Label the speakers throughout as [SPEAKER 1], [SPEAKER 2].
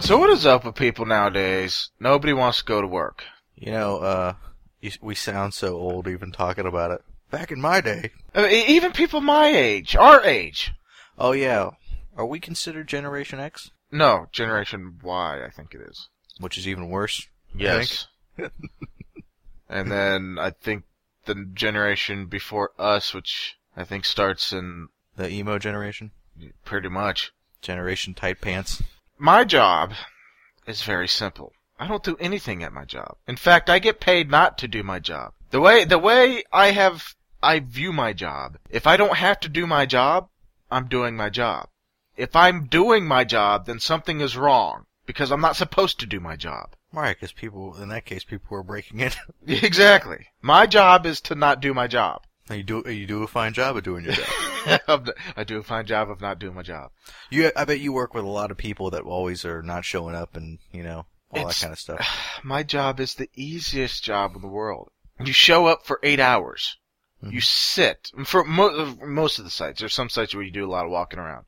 [SPEAKER 1] So what is up with people nowadays? Nobody wants to go to work.
[SPEAKER 2] You know, uh, you, we sound so old even talking about it. Back in my day.
[SPEAKER 1] I mean, e- even people my age, our age.
[SPEAKER 2] Oh yeah. Are we considered Generation X?
[SPEAKER 1] No, Generation Y, I think it is.
[SPEAKER 2] Which is even worse. I think.
[SPEAKER 1] Yes. and then I think the generation before us, which I think starts in
[SPEAKER 2] The emo generation.
[SPEAKER 1] pretty much.
[SPEAKER 2] Generation tight pants.
[SPEAKER 1] My job is very simple. I don't do anything at my job. In fact, I get paid not to do my job. The way the way I have I view my job. If I don't have to do my job, I'm doing my job. If I'm doing my job, then something is wrong because I'm not supposed to do my job.
[SPEAKER 2] Right, because people, in that case, people were breaking it.
[SPEAKER 1] Exactly. My job is to not do my job.
[SPEAKER 2] And you do, you do a fine job of doing your job.
[SPEAKER 1] I'm not- I do a fine job of not doing my job.
[SPEAKER 2] you, I bet you work with a lot of people that always are not showing up and, you know, all
[SPEAKER 1] It's-
[SPEAKER 2] that kind of stuff.
[SPEAKER 1] My job is the easiest job in the world. You show up for eight hours. You sit. For mo- most of the sites, there's some sites where you do a lot of walking around,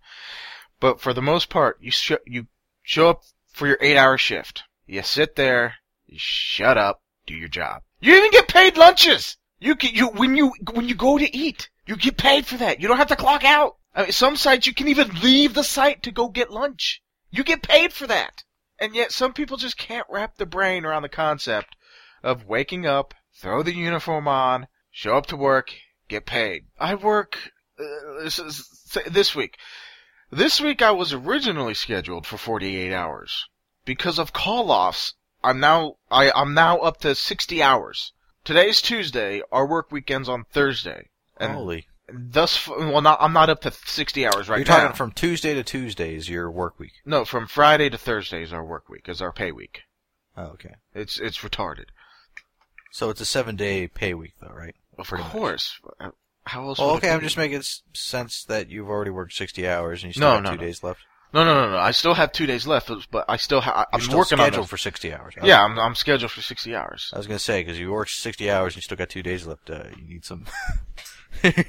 [SPEAKER 1] but for the most part, you sh- you show up for your eight-hour shift. You sit there. You shut up. Do your job. You even get paid lunches. You can, you when you when you go to eat, you get paid for that. You don't have to clock out. I mean, some sites you can even leave the site to go get lunch. You get paid for that. And yet some people just can't wrap their brain around the concept of waking up, throw the uniform on, show up to work, get paid. I work uh, this, is- this week. This week I was originally scheduled for 48 hours. Because of call-offs, I'm now I, I'm now up to 60 hours. Today's Tuesday, our work weekend's on Thursday. And
[SPEAKER 2] Holy.
[SPEAKER 1] thus f- well not I'm not up to 60 hours right
[SPEAKER 2] You're
[SPEAKER 1] now.
[SPEAKER 2] talking from Tuesday to Tuesday is your work week.
[SPEAKER 1] no, from Friday to Thursday is our work week, is our pay week.
[SPEAKER 2] Oh, okay.
[SPEAKER 1] It's it's retarded.
[SPEAKER 2] So it's a seven day pay week though, right?
[SPEAKER 1] Of
[SPEAKER 2] Pretty much.
[SPEAKER 1] course. Uh, How else? would
[SPEAKER 2] Well,
[SPEAKER 1] it
[SPEAKER 2] okay, I'm
[SPEAKER 1] be?
[SPEAKER 2] just making s- sense that you've already worked 60 hours and you still
[SPEAKER 1] No,
[SPEAKER 2] have
[SPEAKER 1] no,
[SPEAKER 2] two
[SPEAKER 1] no.
[SPEAKER 2] days left.
[SPEAKER 1] No, no, no, no. I still have two days left, but- but I still have. I'm
[SPEAKER 2] You're still
[SPEAKER 1] working on
[SPEAKER 2] scheduled
[SPEAKER 1] those.
[SPEAKER 2] for 60 hours. Okay.
[SPEAKER 1] Yeah, I'm I'm scheduled for sixty hours.
[SPEAKER 2] I was gonna say because you worked 60 hours and you still got two days left. Uh, you need some.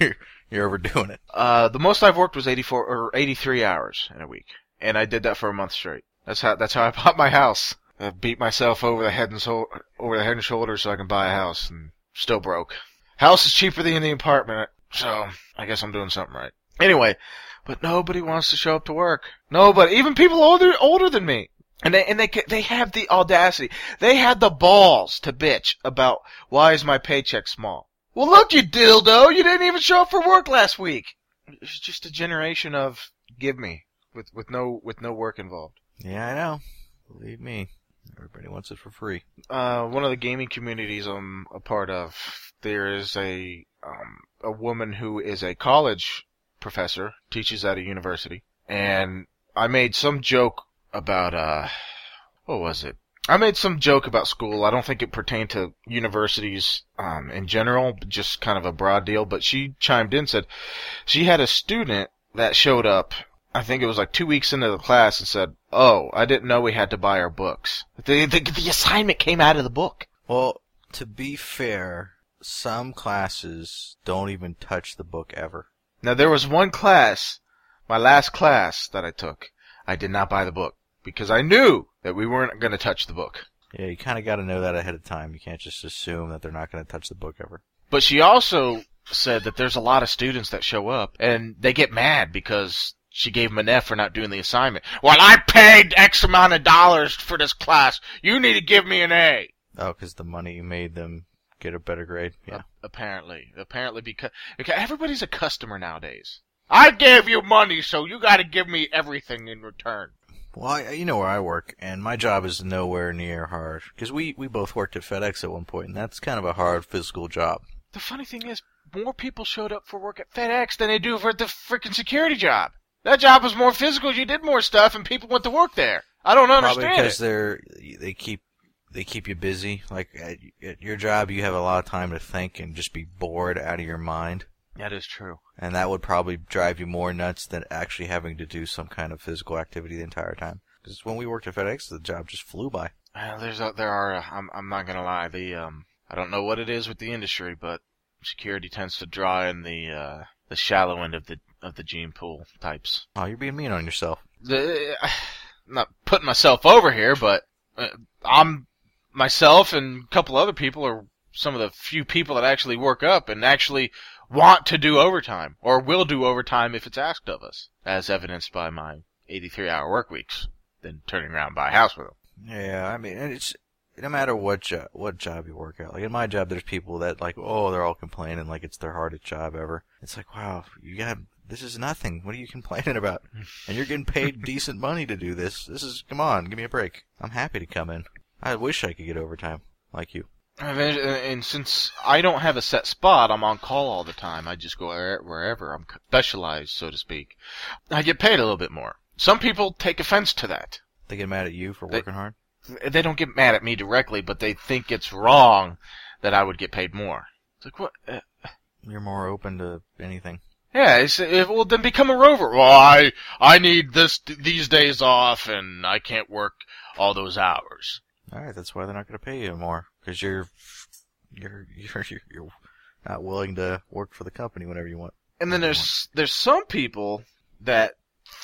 [SPEAKER 2] You're overdoing it.
[SPEAKER 1] Uh, the most I've worked was eighty four or eighty three hours in a week, and I did that for a month straight. That's how that's how I bought my house. I beat myself over the head and so over the head and shoulders so I can buy a house, and still broke. House is cheaper than the apartment, so I guess I'm doing something right. Anyway, but nobody wants to show up to work. Nobody, even people older older than me. And they and they ca- they have the audacity. They had the balls to bitch about why is my paycheck small. Well, look, you dildo, you didn't even show up for work last week. It's just a generation of give me with with no with no work involved.
[SPEAKER 2] Yeah, I know. Believe me, everybody wants it for free.
[SPEAKER 1] Uh, one of the gaming communities I'm a part of, there is a um, a woman who is a college professor, teaches at a university, and I made some joke about uh, what was it? I made some joke about school. I don't think it pertained to universities um, in general, but just kind of a broad deal. But she chimed in, said she had a student that showed up. I think it was like two weeks into the class and said, "Oh, I didn't know we had to buy our books. The the, the assignment came out of the book."
[SPEAKER 2] Well, to be fair, some classes don't even touch the book ever.
[SPEAKER 1] Now there was one class, my last class that I took, I did not buy the book because I knew that we weren't going to touch the book.
[SPEAKER 2] Yeah, you kind of got to know that ahead of time. You can't just assume that they're not going to touch the book ever.
[SPEAKER 1] But she also said that there's a lot of students that show up and they get mad because she gave them an F for not doing the assignment. Well, I paid X amount of dollars for this class. You need to give me an A.
[SPEAKER 2] Oh, because the money made them get a better grade. Yeah.
[SPEAKER 1] Apparently, apparently because okay, everybody's a customer nowadays. I gave you money, so you got to give me everything in return.
[SPEAKER 2] Well, I, you know where I work, and my job is nowhere near hard because we we both worked at FedEx at one point, and that's kind of a hard physical job.
[SPEAKER 1] The funny thing is, more people showed up for work at FedEx than they do for the freaking security job. That job was more physical. You did more stuff, and people went to work there. I don't understand.
[SPEAKER 2] Probably because
[SPEAKER 1] it.
[SPEAKER 2] they're they keep they keep you busy. Like at, at your job, you have a lot of time to think and just be bored out of your mind,
[SPEAKER 1] That is true.
[SPEAKER 2] and that would probably drive you more nuts than actually having to do some kind of physical activity the entire time. Because when we worked at FedEx, the job just flew by.
[SPEAKER 1] Uh, there's a, there are. uh, I'm I'm not gonna lie. The um I don't know what it is with the industry, but security tends to draw in the uh the shallow end of the of the gene pool types.
[SPEAKER 2] Oh, you're being mean on yourself.
[SPEAKER 1] The not putting myself over here, but uh, I'm myself and a couple other people are some of the few people that actually work up and actually want to do overtime or will do overtime if it's asked of us, as evidenced by my 83 hour work weeks, then turning around and buy a house with them.
[SPEAKER 2] Yeah, I mean, and it's no matter what job, what job you work at. Like in my job, there's people that like, oh, they're all complaining like it's their hardest job ever. It's like, wow, you got this is nothing. What are you complaining about? And you're getting paid decent money to do this. This is come on, give me a break. I'm happy to come in. I wish I could get overtime like you.
[SPEAKER 1] And, then- and since I don't have a set spot, I'm on call all the time. I just go where- wherever I'm specialized, so to speak. I get paid a little bit more. Some people take offense to that.
[SPEAKER 2] They get mad at you for
[SPEAKER 1] They-
[SPEAKER 2] working hard.
[SPEAKER 1] They don't get mad at me directly, but they think it's wrong that I would get paid more. It's like what? Uh,
[SPEAKER 2] You're more open to anything.
[SPEAKER 1] yeah. It's, uh, well, then become a rover. Well, I I need this these days off, and I can't work all those hours.
[SPEAKER 2] All right, that's why they're not going to pay you more because you're you're you're you're not willing to work for the company whenever you want.
[SPEAKER 1] And then there's there's some people that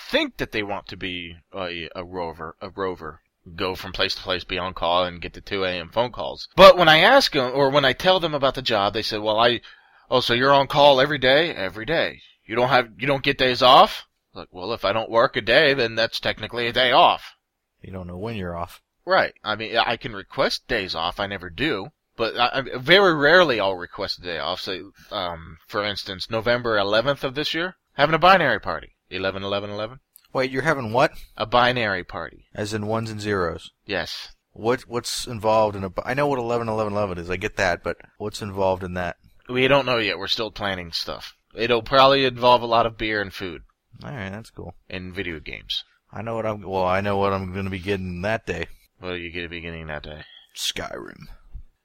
[SPEAKER 1] think that they want to be a, a rover, a rover, go from place to place, be on call, and get the 2 a.m. phone calls. But when I ask them, or when I tell them about the job, they say, "Well, I, oh, so you're on call every day, every day. You don't have, you don't get days off." Like, well, if I don't work a day, then that's technically a day off.
[SPEAKER 2] You don't know when you're off.
[SPEAKER 1] Right. I mean, I can request days off. I never do, but I, I very rarely I'll request a day off. Say, um, for instance, November 11th of this year, having a binary party. 11, 11, 11.
[SPEAKER 2] Wait, you're having what?
[SPEAKER 1] A binary party.
[SPEAKER 2] As in ones and zeros.
[SPEAKER 1] Yes.
[SPEAKER 2] What what's involved in a? I know what 11, 11, 11 is. I get that, but what's involved in that?
[SPEAKER 1] We don't know yet. We're still planning stuff. It'll probably involve a lot of beer and food
[SPEAKER 2] All right, that's cool.
[SPEAKER 1] and video games.
[SPEAKER 2] I know what I'm. Well, I know what I'm going to be getting that day.
[SPEAKER 1] What are you going to be getting that day?
[SPEAKER 2] Skyrim.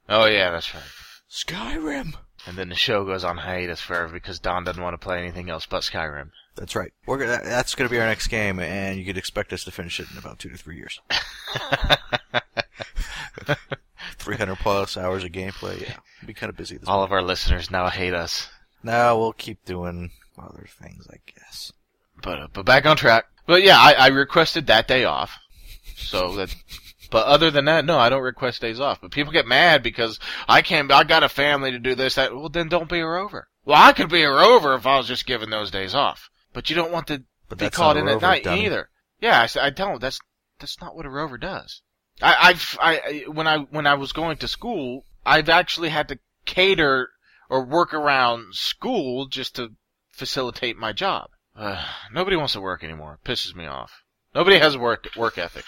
[SPEAKER 1] Oh yeah, that's right.
[SPEAKER 2] Skyrim.
[SPEAKER 1] And then the show goes on hiatus forever because Don doesn't want to play anything else but Skyrim.
[SPEAKER 2] That's right. We're gonna, that's going to be our next game, and you could expect us to finish it in about two to three years. Three hundred plus hours of gameplay. Yeah, be kind of busy. This
[SPEAKER 1] All of our listeners now hate us.
[SPEAKER 2] no, we'll keep doing other things, I guess.
[SPEAKER 1] but uh, but back on track. But yeah, I, I requested that day off. So that, but other than that, no, I don't request days off. But people get mad because I can't. I got a family to do this. That well, then don't be a rover. Well, I could be a rover if I was just given those days off. But you don't want to
[SPEAKER 2] But
[SPEAKER 1] be
[SPEAKER 2] that's
[SPEAKER 1] called in
[SPEAKER 2] not a rover,
[SPEAKER 1] at night
[SPEAKER 2] dummy.
[SPEAKER 1] either. Yeah, I, s- I don't. That's that's not what a rover does. I, I've I I- when I when I was going to school, I've actually had to cater or work around school just to facilitate my job. Uh, nobody wants to work anymore. It pisses me off. Nobody has work work ethic.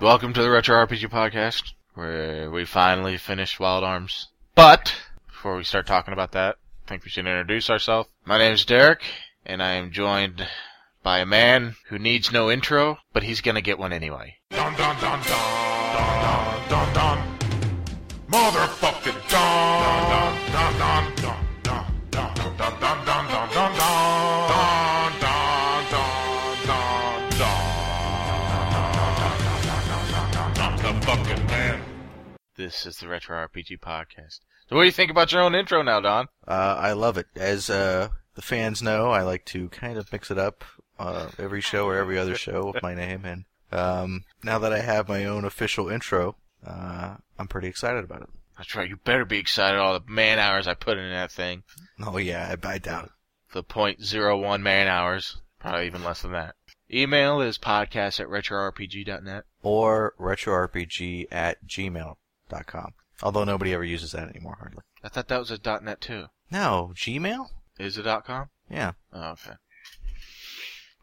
[SPEAKER 1] Welcome to the Retro RPG Podcast, where we finally finished Wild Arms. But before we start talking about that, I think we should introduce ourselves. My name is Derek, and I am joined by a man who needs no intro, but he's gonna get one anyway.
[SPEAKER 3] Dun dun dun dun dun dun dun. Motherfucking dun dun dun dun dun dun dun dun dun dun dun dun dun dun dun dun dun dun. Motherfucking man.
[SPEAKER 1] This is the Retro RPG Podcast. So, what do you think about your own intro now, Don?
[SPEAKER 2] Uh, I love it. As uh, the fans know, I like to kind of mix it up uh, every show or every other show with my name. And um, now that I have my own official intro, uh, I'm pretty excited about it.
[SPEAKER 1] That's right. You better be excited. All the man hours I put in that thing.
[SPEAKER 2] Oh yeah, I, I doubt it.
[SPEAKER 1] the 0.01 man hours, probably even less than that. Email is podcast at retrorpg.net.
[SPEAKER 2] Or retrorpg at gmail.com. Although nobody ever uses that anymore, hardly.
[SPEAKER 1] I thought that was a .net too.
[SPEAKER 2] No, Gmail?
[SPEAKER 1] Is it .com?
[SPEAKER 2] Yeah.
[SPEAKER 1] Oh, okay.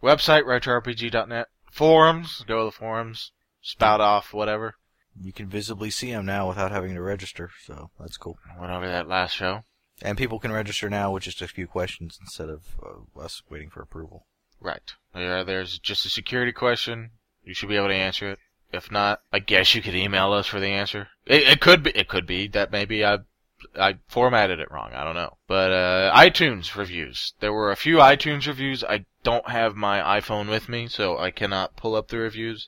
[SPEAKER 1] Website retrorpg.net. Forums, go to the forums. Spout off, whatever.
[SPEAKER 2] You can visibly see them now without having to register, so that's cool.
[SPEAKER 1] Went over that last show.
[SPEAKER 2] And people can register now with just a few questions instead of uh, us waiting for approval.
[SPEAKER 1] Right. There, there's just a security question. You should be able to answer it. If not, I guess you could email us for the answer. It, it could be. It could be that maybe I, I formatted it wrong. I don't know. But uh, iTunes reviews. There were a few iTunes reviews. I don't have my iPhone with me, so I cannot pull up the reviews.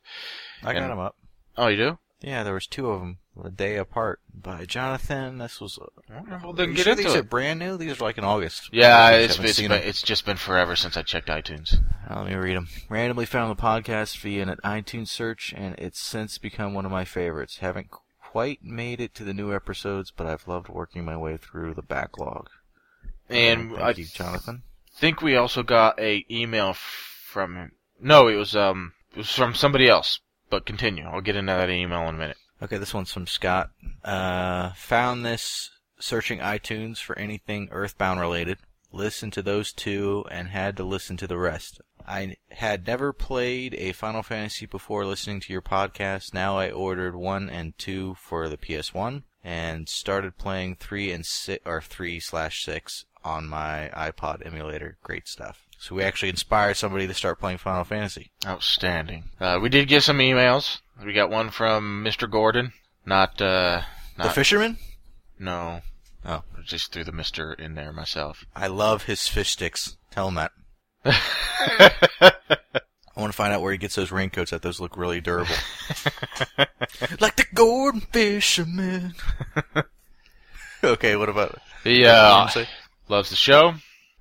[SPEAKER 2] I got
[SPEAKER 1] And-
[SPEAKER 2] them up.
[SPEAKER 1] Oh, you do?
[SPEAKER 2] Yeah, there was two of them a day apart by Jonathan. This was.
[SPEAKER 1] Well, then
[SPEAKER 2] You
[SPEAKER 1] get
[SPEAKER 2] sure
[SPEAKER 1] into
[SPEAKER 2] these
[SPEAKER 1] it.
[SPEAKER 2] are brand new. These are like in August.
[SPEAKER 1] Yeah,
[SPEAKER 2] I just
[SPEAKER 1] it's,
[SPEAKER 2] haven't
[SPEAKER 1] it's,
[SPEAKER 2] seen
[SPEAKER 1] been,
[SPEAKER 2] 'em.
[SPEAKER 1] it's just been forever since I checked iTunes.
[SPEAKER 2] Uh, let me read them. Randomly found the podcast via an iTunes search, and it's since become one of my favorites. Haven't quite made it to the new episodes, but I've loved working my way through the backlog.
[SPEAKER 1] And
[SPEAKER 2] Oh, thank
[SPEAKER 1] I
[SPEAKER 2] you, Jonathan.
[SPEAKER 1] think we also got a email from him. No, it was um, it was from somebody else. But continue. I'll get into that email in a minute.
[SPEAKER 2] Okay, this one's from Scott. Uh, found this searching iTunes for anything Earthbound related. Listened to those two and had to listen to the rest. I had never played a Final Fantasy before listening to your podcast. Now I ordered one and two for the PS1 and started playing three and six or three slash six on my iPod emulator. Great stuff. So we actually inspired somebody to start playing Final Fantasy.
[SPEAKER 1] Outstanding. Uh, we did get some emails. We got one from Mr. Gordon. Not uh,
[SPEAKER 2] the
[SPEAKER 1] Not-
[SPEAKER 2] fisherman.
[SPEAKER 1] no.
[SPEAKER 2] Oh.
[SPEAKER 1] I just threw the Mister in there myself.
[SPEAKER 2] I love his fish sticks. Tell him that.
[SPEAKER 1] uh,
[SPEAKER 2] I want to find out where he gets those raincoats that those look really durable. like the Gordon Fisherman. okay, what about
[SPEAKER 1] he uh, loves the show,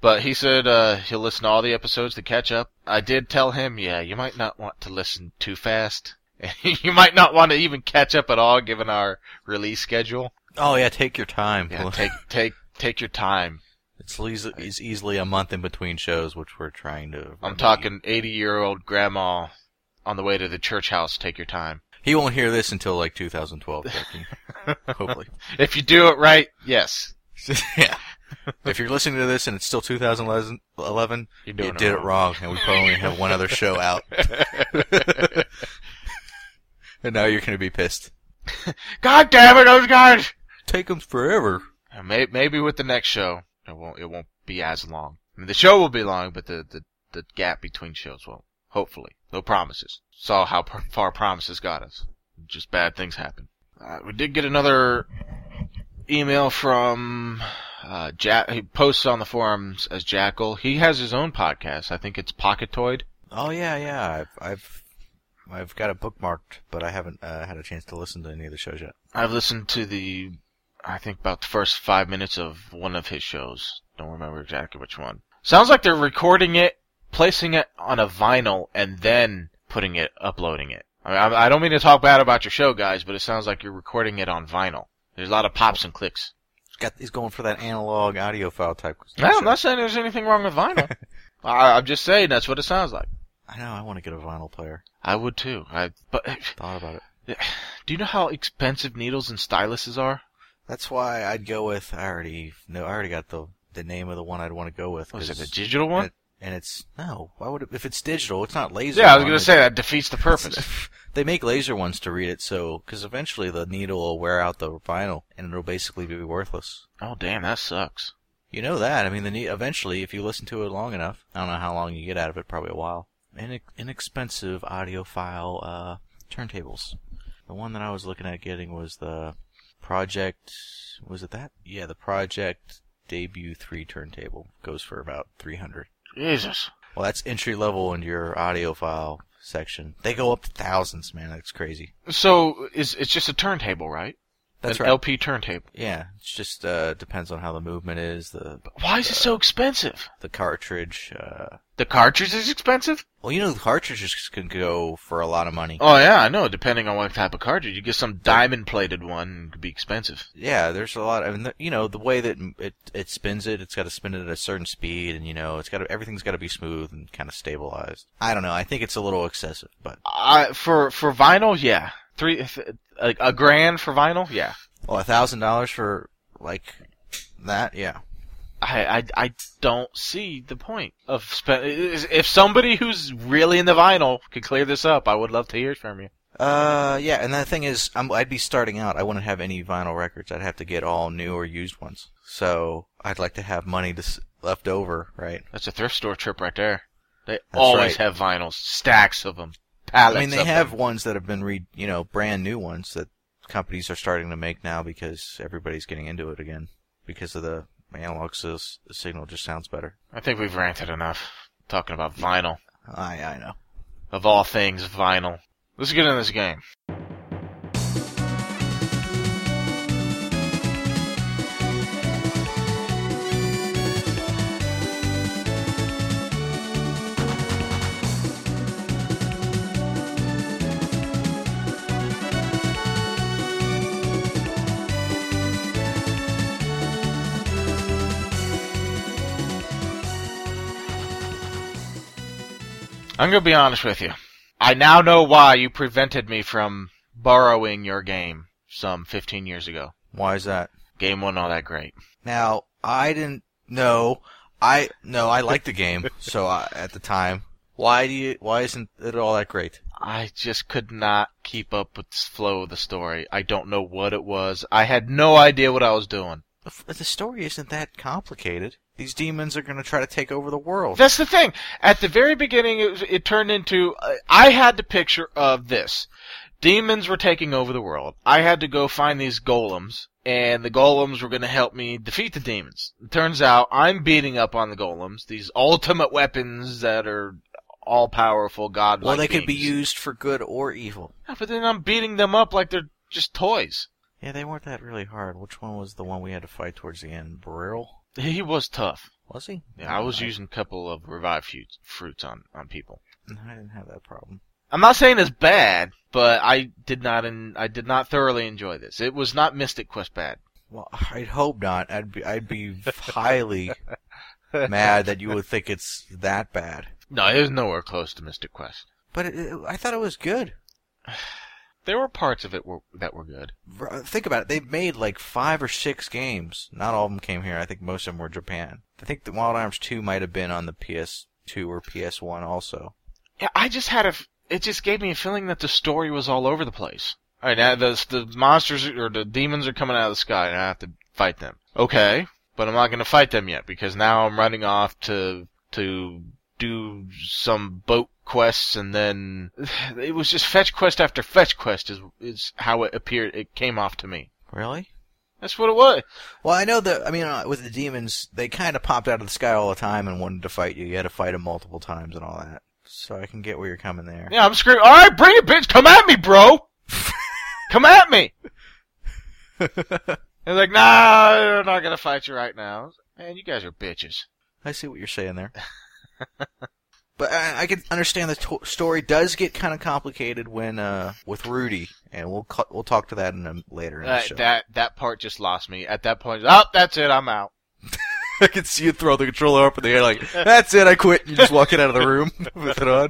[SPEAKER 1] but he said uh, he'll listen to all the episodes to catch up. I did tell him, yeah, you might not want to listen too fast. you might not want to even catch up at all, given our release schedule.
[SPEAKER 2] Oh yeah, take your time.
[SPEAKER 1] Yeah, take take take your time.
[SPEAKER 2] it's, leas- it's easily a month in between shows, which we're trying to.
[SPEAKER 1] I'm talking 80 year old grandma on the way to the church house. Take your time.
[SPEAKER 2] He won't hear this until like 2012, Becky. hopefully.
[SPEAKER 1] If you do it right, yes.
[SPEAKER 2] yeah. If you're listening to this and it's still 2011,
[SPEAKER 1] You're
[SPEAKER 2] you
[SPEAKER 1] doing
[SPEAKER 2] did it wrong, and we probably only have one other show out. and now you're going to be pissed.
[SPEAKER 1] God damn it, those guys!
[SPEAKER 2] Take them forever.
[SPEAKER 1] Maybe, maybe with the next show, it won't it won't be as long. I mean, the show will be long, but the the, the gap between shows won't. Hopefully, no promises. Saw how pr- far promises got us. Just bad things happen. Uh, we did get another email from uh, Jack. He posts on the forums as Jackal. He has his own podcast. I think it's Pocketoid.
[SPEAKER 2] Oh yeah, yeah. I've I've, I've got it bookmarked, but I haven't uh, had a chance to listen to any of the shows yet.
[SPEAKER 1] I've listened to the, I think about the first five minutes of one of his shows. Don't remember exactly which one. Sounds like they're recording it, placing it on a vinyl, and then putting it, uploading it. I, mean, I I don't mean to talk bad about your show, guys, but it sounds like you're recording it on vinyl. There's a lot of pops and clicks.
[SPEAKER 2] He's got he's going for that analog audio file type.
[SPEAKER 1] No,
[SPEAKER 2] show.
[SPEAKER 1] I'm not saying there's anything wrong with vinyl. I, I'm just saying that's what it sounds like.
[SPEAKER 2] I know. I want to get a vinyl player.
[SPEAKER 1] I would too. I, but
[SPEAKER 2] Thought about it.
[SPEAKER 1] do you know how expensive needles and styluses are?
[SPEAKER 2] That's why I'd go with. I already no. I already got the the name of the one I'd want to go with.
[SPEAKER 1] Was
[SPEAKER 2] 'cause-
[SPEAKER 1] it a digital one?
[SPEAKER 2] it- and it's no. Why would it, if it's digital? It's not laser.
[SPEAKER 1] yeah, I was
[SPEAKER 2] one,
[SPEAKER 1] gonna
[SPEAKER 2] it's-
[SPEAKER 1] say that defeats the purpose.
[SPEAKER 2] They make laser ones to read it, so because eventually the needle will wear out the vinyl, and it'll basically be worthless.
[SPEAKER 1] Oh damn, that sucks.
[SPEAKER 2] You know that. I mean, the ne- eventually, if you listen to it long enough, I don't know how long you get out of it. Probably a while. Inex inexpensive audiophile uh, turntables. The one that I was looking at getting was the Project. Was it that? Yeah, the Project Debut Three turntable goes for about three hundred.
[SPEAKER 1] Jesus.
[SPEAKER 2] Well, that's entry level into your audiophile section. They go up to thousands, man. That's crazy.
[SPEAKER 1] So is it's just a turntable, right?
[SPEAKER 2] That's
[SPEAKER 1] An
[SPEAKER 2] right.
[SPEAKER 1] LP turntable.
[SPEAKER 2] yeah, it's just uh, depends on how the movement is, the
[SPEAKER 1] Why is it so expensive?
[SPEAKER 2] the cartridge. Uh,
[SPEAKER 1] The cartridge is expensive.
[SPEAKER 2] Well, you know, cartridges can go for a lot of money.
[SPEAKER 1] Oh yeah, I know. Depending on what type of cartridge, you get some diamond-plated one, it could be expensive.
[SPEAKER 2] Yeah, there's a lot. I mean, the, you know, the way that it it spins it, it's got to spin it at a certain speed, and you know, it's got to, everything's got to be smooth and kind of stabilized. I don't know. I think it's a little excessive, but
[SPEAKER 1] I for for vinyl, yeah, three th- a, a grand for vinyl, yeah.
[SPEAKER 2] well, a thousand dollars for like that, yeah.
[SPEAKER 1] I, I, I don't see the point of spend. If somebody who's really in the vinyl could clear this up, I would love to hear from you.
[SPEAKER 2] Uh, yeah. And the thing is, I'm, I'd be starting out. I wouldn't have any vinyl records. I'd have to get all new or used ones. So I'd like to have money to s- left over, right?
[SPEAKER 1] That's a thrift store trip right there. They
[SPEAKER 2] That's
[SPEAKER 1] always
[SPEAKER 2] right.
[SPEAKER 1] have vinyls, stacks of them, pallets.
[SPEAKER 2] I mean, they
[SPEAKER 1] of
[SPEAKER 2] have
[SPEAKER 1] them.
[SPEAKER 2] ones that have been re, you know, brand new ones that companies are starting to make now because everybody's getting into it again because of the analog sis, the signal just sounds better.
[SPEAKER 1] I think we've ranted enough talking about vinyl.
[SPEAKER 2] I I know.
[SPEAKER 1] Of all things, vinyl. Let's get in this game. I'm gonna be honest with you. I now know why you prevented me from borrowing your game some 15 years ago.
[SPEAKER 2] Why is that?
[SPEAKER 1] Game wasn't all that great.
[SPEAKER 2] Now I didn't know. I no, I liked the game. so I, at the time, why do you? Why isn't it all that great?
[SPEAKER 1] I just could not keep up with the flow of the story. I don't know what it was. I had no idea what I was doing.
[SPEAKER 2] If The story isn't that complicated. These demons are going to try to take over the world.
[SPEAKER 1] That's the thing. At the very beginning, it, was- it turned into uh, I had the picture of this. Demons were taking over the world. I had to go find these golems, and the golems were going to help me defeat the demons. It turns out I'm beating up on the golems, these ultimate weapons that are all powerful, godlike.
[SPEAKER 2] Well, they could be
[SPEAKER 1] beings.
[SPEAKER 2] used for good or evil.
[SPEAKER 1] Yeah, but then I'm beating them up like they're just toys.
[SPEAKER 2] Yeah, they weren't that really hard. Which one was the one we had to fight towards the end? Brill?
[SPEAKER 1] He was tough.
[SPEAKER 2] Was he?
[SPEAKER 1] Yeah, I was
[SPEAKER 2] I,
[SPEAKER 1] using a couple of revived fruits, fruits on, on people.
[SPEAKER 2] no, I didn't have that problem.
[SPEAKER 1] I'm not saying it's bad, but I did not en- I did not thoroughly enjoy this. It was not Mystic Quest bad.
[SPEAKER 2] Well, I'd hope not. I'd be I'd be highly mad that you would think it's that bad.
[SPEAKER 1] No, it was nowhere close to Mystic Quest.
[SPEAKER 2] But it, it, I thought it was good.
[SPEAKER 1] There were parts of it were, that were good.
[SPEAKER 2] Bro, uh, Think about it. They've made like five or six games. Not all of them came here. I think most of them were Japan. I think the Wild Arms 2 might have been on the PS2 or PS1 also.
[SPEAKER 1] Yeah, I just had a f- it just gave me a feeling that the story was all over the place. All right, now the the monsters or the demons are coming out of the sky, and I have to fight them. Okay, but I'm not going to fight them yet because now I'm running off to to do some boat quests, and then it was just fetch quest after fetch quest is is how it appeared. It came off to me.
[SPEAKER 2] Really?
[SPEAKER 1] That's what it was.
[SPEAKER 2] Well, I know that. I mean, uh, with the demons, they kind of popped out of the sky all the time and wanted to fight you. You had to fight them multiple times and all that. So I can get where you're coming there.
[SPEAKER 1] Yeah, I'm screaming. All right, bring it, bitch. Come at me, bro. Come at me. They're like, nah, we're not gonna fight you right now. Man, you guys are bitches.
[SPEAKER 2] I see what you're saying there. but I, I can understand the to- story does get kind of complicated when uh with Rudy, and we'll cu- we'll talk to that in a, later in the
[SPEAKER 1] That,
[SPEAKER 2] show.
[SPEAKER 1] that that part just lost me. At that point, oh, that's it. I'm out.
[SPEAKER 2] I can see you throw the controller up in the air like, "That's it, I quit." You're just walking out of the room with it on.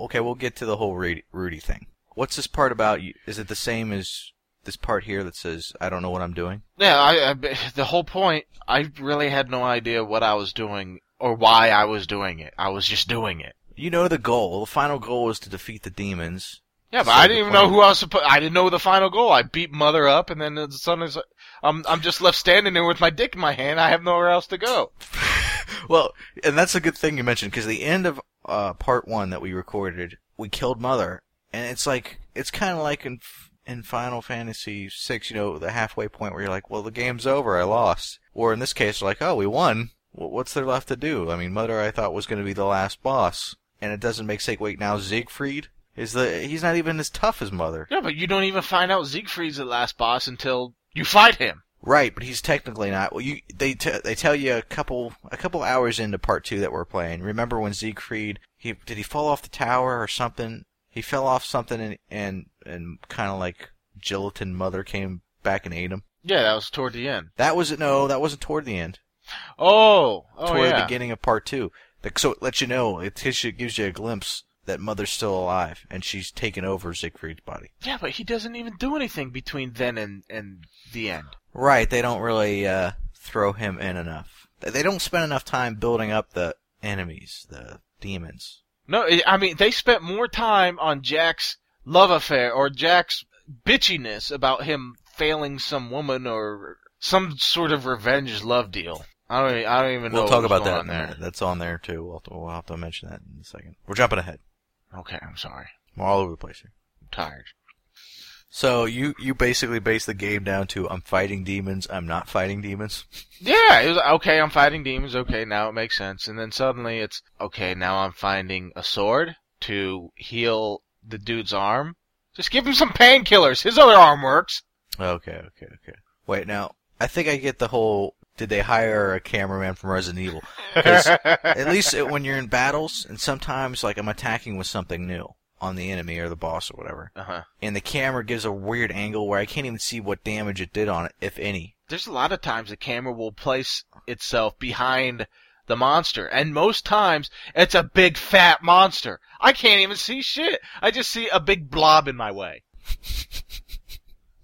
[SPEAKER 2] okay, we'll get to the whole Rudy, Rudy thing. What's this part about? You? Is it the same as this part here that says, "I don't know what I'm doing"?
[SPEAKER 1] Yeah, I, I, the whole point. I really had no idea what I was doing or why I was doing it. I was just doing it.
[SPEAKER 2] You know the goal. The final goal is to defeat the demons.
[SPEAKER 1] Yeah, but
[SPEAKER 2] So
[SPEAKER 1] I
[SPEAKER 2] the
[SPEAKER 1] didn't even
[SPEAKER 2] point-
[SPEAKER 1] know who I was supposed. I didn't know the final goal. I beat mother up, and then the sun is. I'm I'm just left standing there with my dick in my hand. I have nowhere else to go.
[SPEAKER 2] Well, and that's a good thing you mentioned because the end of uh, part one that we recorded, we killed Mother, and it's like it's kind of like in in Final Fantasy VI, you know, the halfway point where you're like, well, the game's over, I lost. Or in this case, like, oh, we won. Wh- What's there left to do? I mean, Mother, I thought was going to be the last boss, and it doesn't make sense. Wait, now Siegfried is the he's not even as tough as Mother.
[SPEAKER 1] Yeah, but you don't even find out Siegfried's the last boss until you fight him.
[SPEAKER 2] Right, but he's technically not. Well, you they t- they tell you a couple a couple hours into part two that we're playing. Remember when Siegfried he did he fall off the tower or something? He fell off something and and and kind of like gelatin mother came back and ate him.
[SPEAKER 1] Yeah, that was toward the end.
[SPEAKER 2] That wasn't no, that wasn't toward the end.
[SPEAKER 1] Oh, oh
[SPEAKER 2] toward the
[SPEAKER 1] yeah.
[SPEAKER 2] beginning of part two. The, so it lets you know it gives you, gives you a glimpse that mother's still alive and she's taken over Siegfried's body.
[SPEAKER 1] yeah, but he doesn't even do anything between then and and the end.
[SPEAKER 2] Right, they don't really uh, throw him in enough. They- They don't spend enough time building up the enemies, the demons.
[SPEAKER 1] No, I- I mean they spent more time on Jack's love affair or Jack's bitchiness about him failing some woman or some sort of revenge love deal. I don't. Even, I don't even know.
[SPEAKER 2] We'll
[SPEAKER 1] what
[SPEAKER 2] talk
[SPEAKER 1] was
[SPEAKER 2] about
[SPEAKER 1] going
[SPEAKER 2] that
[SPEAKER 1] on
[SPEAKER 2] in a minute. That's on there too. We'll have, to, we'll have to mention that in a second. We're jumping ahead.
[SPEAKER 1] Okay, I'm sorry.
[SPEAKER 2] We're all over the place here.
[SPEAKER 1] I'm tired.
[SPEAKER 2] So you you basically base the game down to I'm fighting demons. I'm not fighting demons.
[SPEAKER 1] Yeah, it was okay. I'm fighting demons. Okay, now it makes sense. And then suddenly it's okay. Now I'm finding a sword to heal the dude's arm. Just give him some painkillers. His other arm works.
[SPEAKER 2] Okay, okay, okay. Wait, now I think I get the whole. Did they hire a cameraman from Resident Evil? 'Cause at least it, when you're in battles, and sometimes like I'm attacking with something new on the enemy or the boss or whatever,
[SPEAKER 1] Uh-huh.
[SPEAKER 2] and the camera gives a weird angle where I can't even see what damage it did on it, if any.
[SPEAKER 1] There's a lot of times the camera will place itself behind the monster, and most times it's a big fat monster. I can't even see shit. I just see a big blob in my way.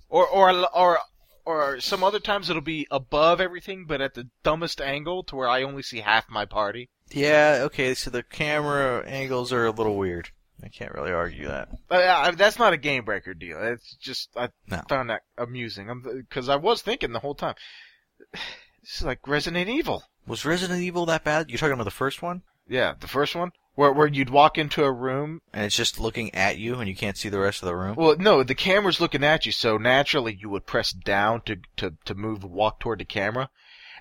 [SPEAKER 1] or or or or some other times it'll be above everything, but at the dumbest angle to where I only see half my party.
[SPEAKER 2] Yeah, okay. So the camera angles are a little weird. I can't really argue that.
[SPEAKER 1] But uh, I- that's not a game breaker deal. It's just I
[SPEAKER 2] No.
[SPEAKER 1] found that amusing because I was thinking the whole time. This is like Resident Evil.
[SPEAKER 2] Was Resident Evil that bad? You're talking about the first one,
[SPEAKER 1] Yeah, the first one where where you'd walk into a room.
[SPEAKER 2] and it's just looking at you, and you can't see the rest of the room.
[SPEAKER 1] Well, no, the camera's looking at you, so naturally you would press down to to to move walk toward the camera,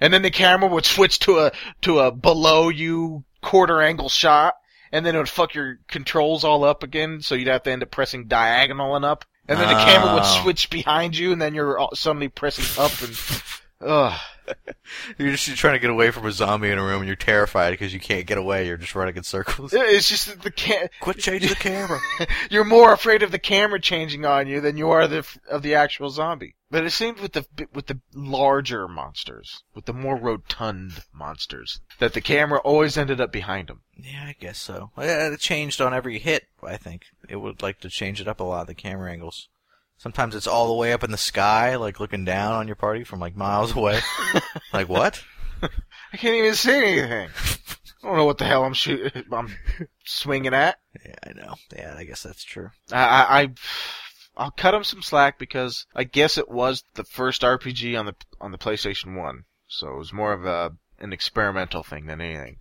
[SPEAKER 1] and then the camera would switch to a to a below you quarter angle shot, and then it would fuck your controls all up again, so you'd have to end up pressing diagonal and up, and then the camera would
[SPEAKER 2] Oh.
[SPEAKER 1] switch behind you, and then you're all- suddenly pressing up and. Ugh.
[SPEAKER 2] You're just you're trying to get away from a zombie in a room, and you're terrified because you can't get away. You're just running in circles.
[SPEAKER 1] It- It's just that the ca-
[SPEAKER 2] Quit changing the camera.
[SPEAKER 1] you're more afraid of the camera changing on you than you are the, of the actual zombie. But it seems with the with the larger monsters, with the more rotund monsters, that the camera always ended up behind them.
[SPEAKER 2] Yeah, I guess so. Well, yeah, It changed on every hit. I think it would like to change it up a lot. The camera angles. Sometimes it's all the way up in the sky, like looking down on your party from like miles away. like what?
[SPEAKER 1] I can't even see anything. I don't know what the hell I'm shooting. I'm swinging at.
[SPEAKER 2] Yeah, I know. Yeah, I guess that's true.
[SPEAKER 1] I, I, I I'll cut him some slack because I guess it was the first RPG on the on the PlayStation One, so it was more of a an experimental thing than anything.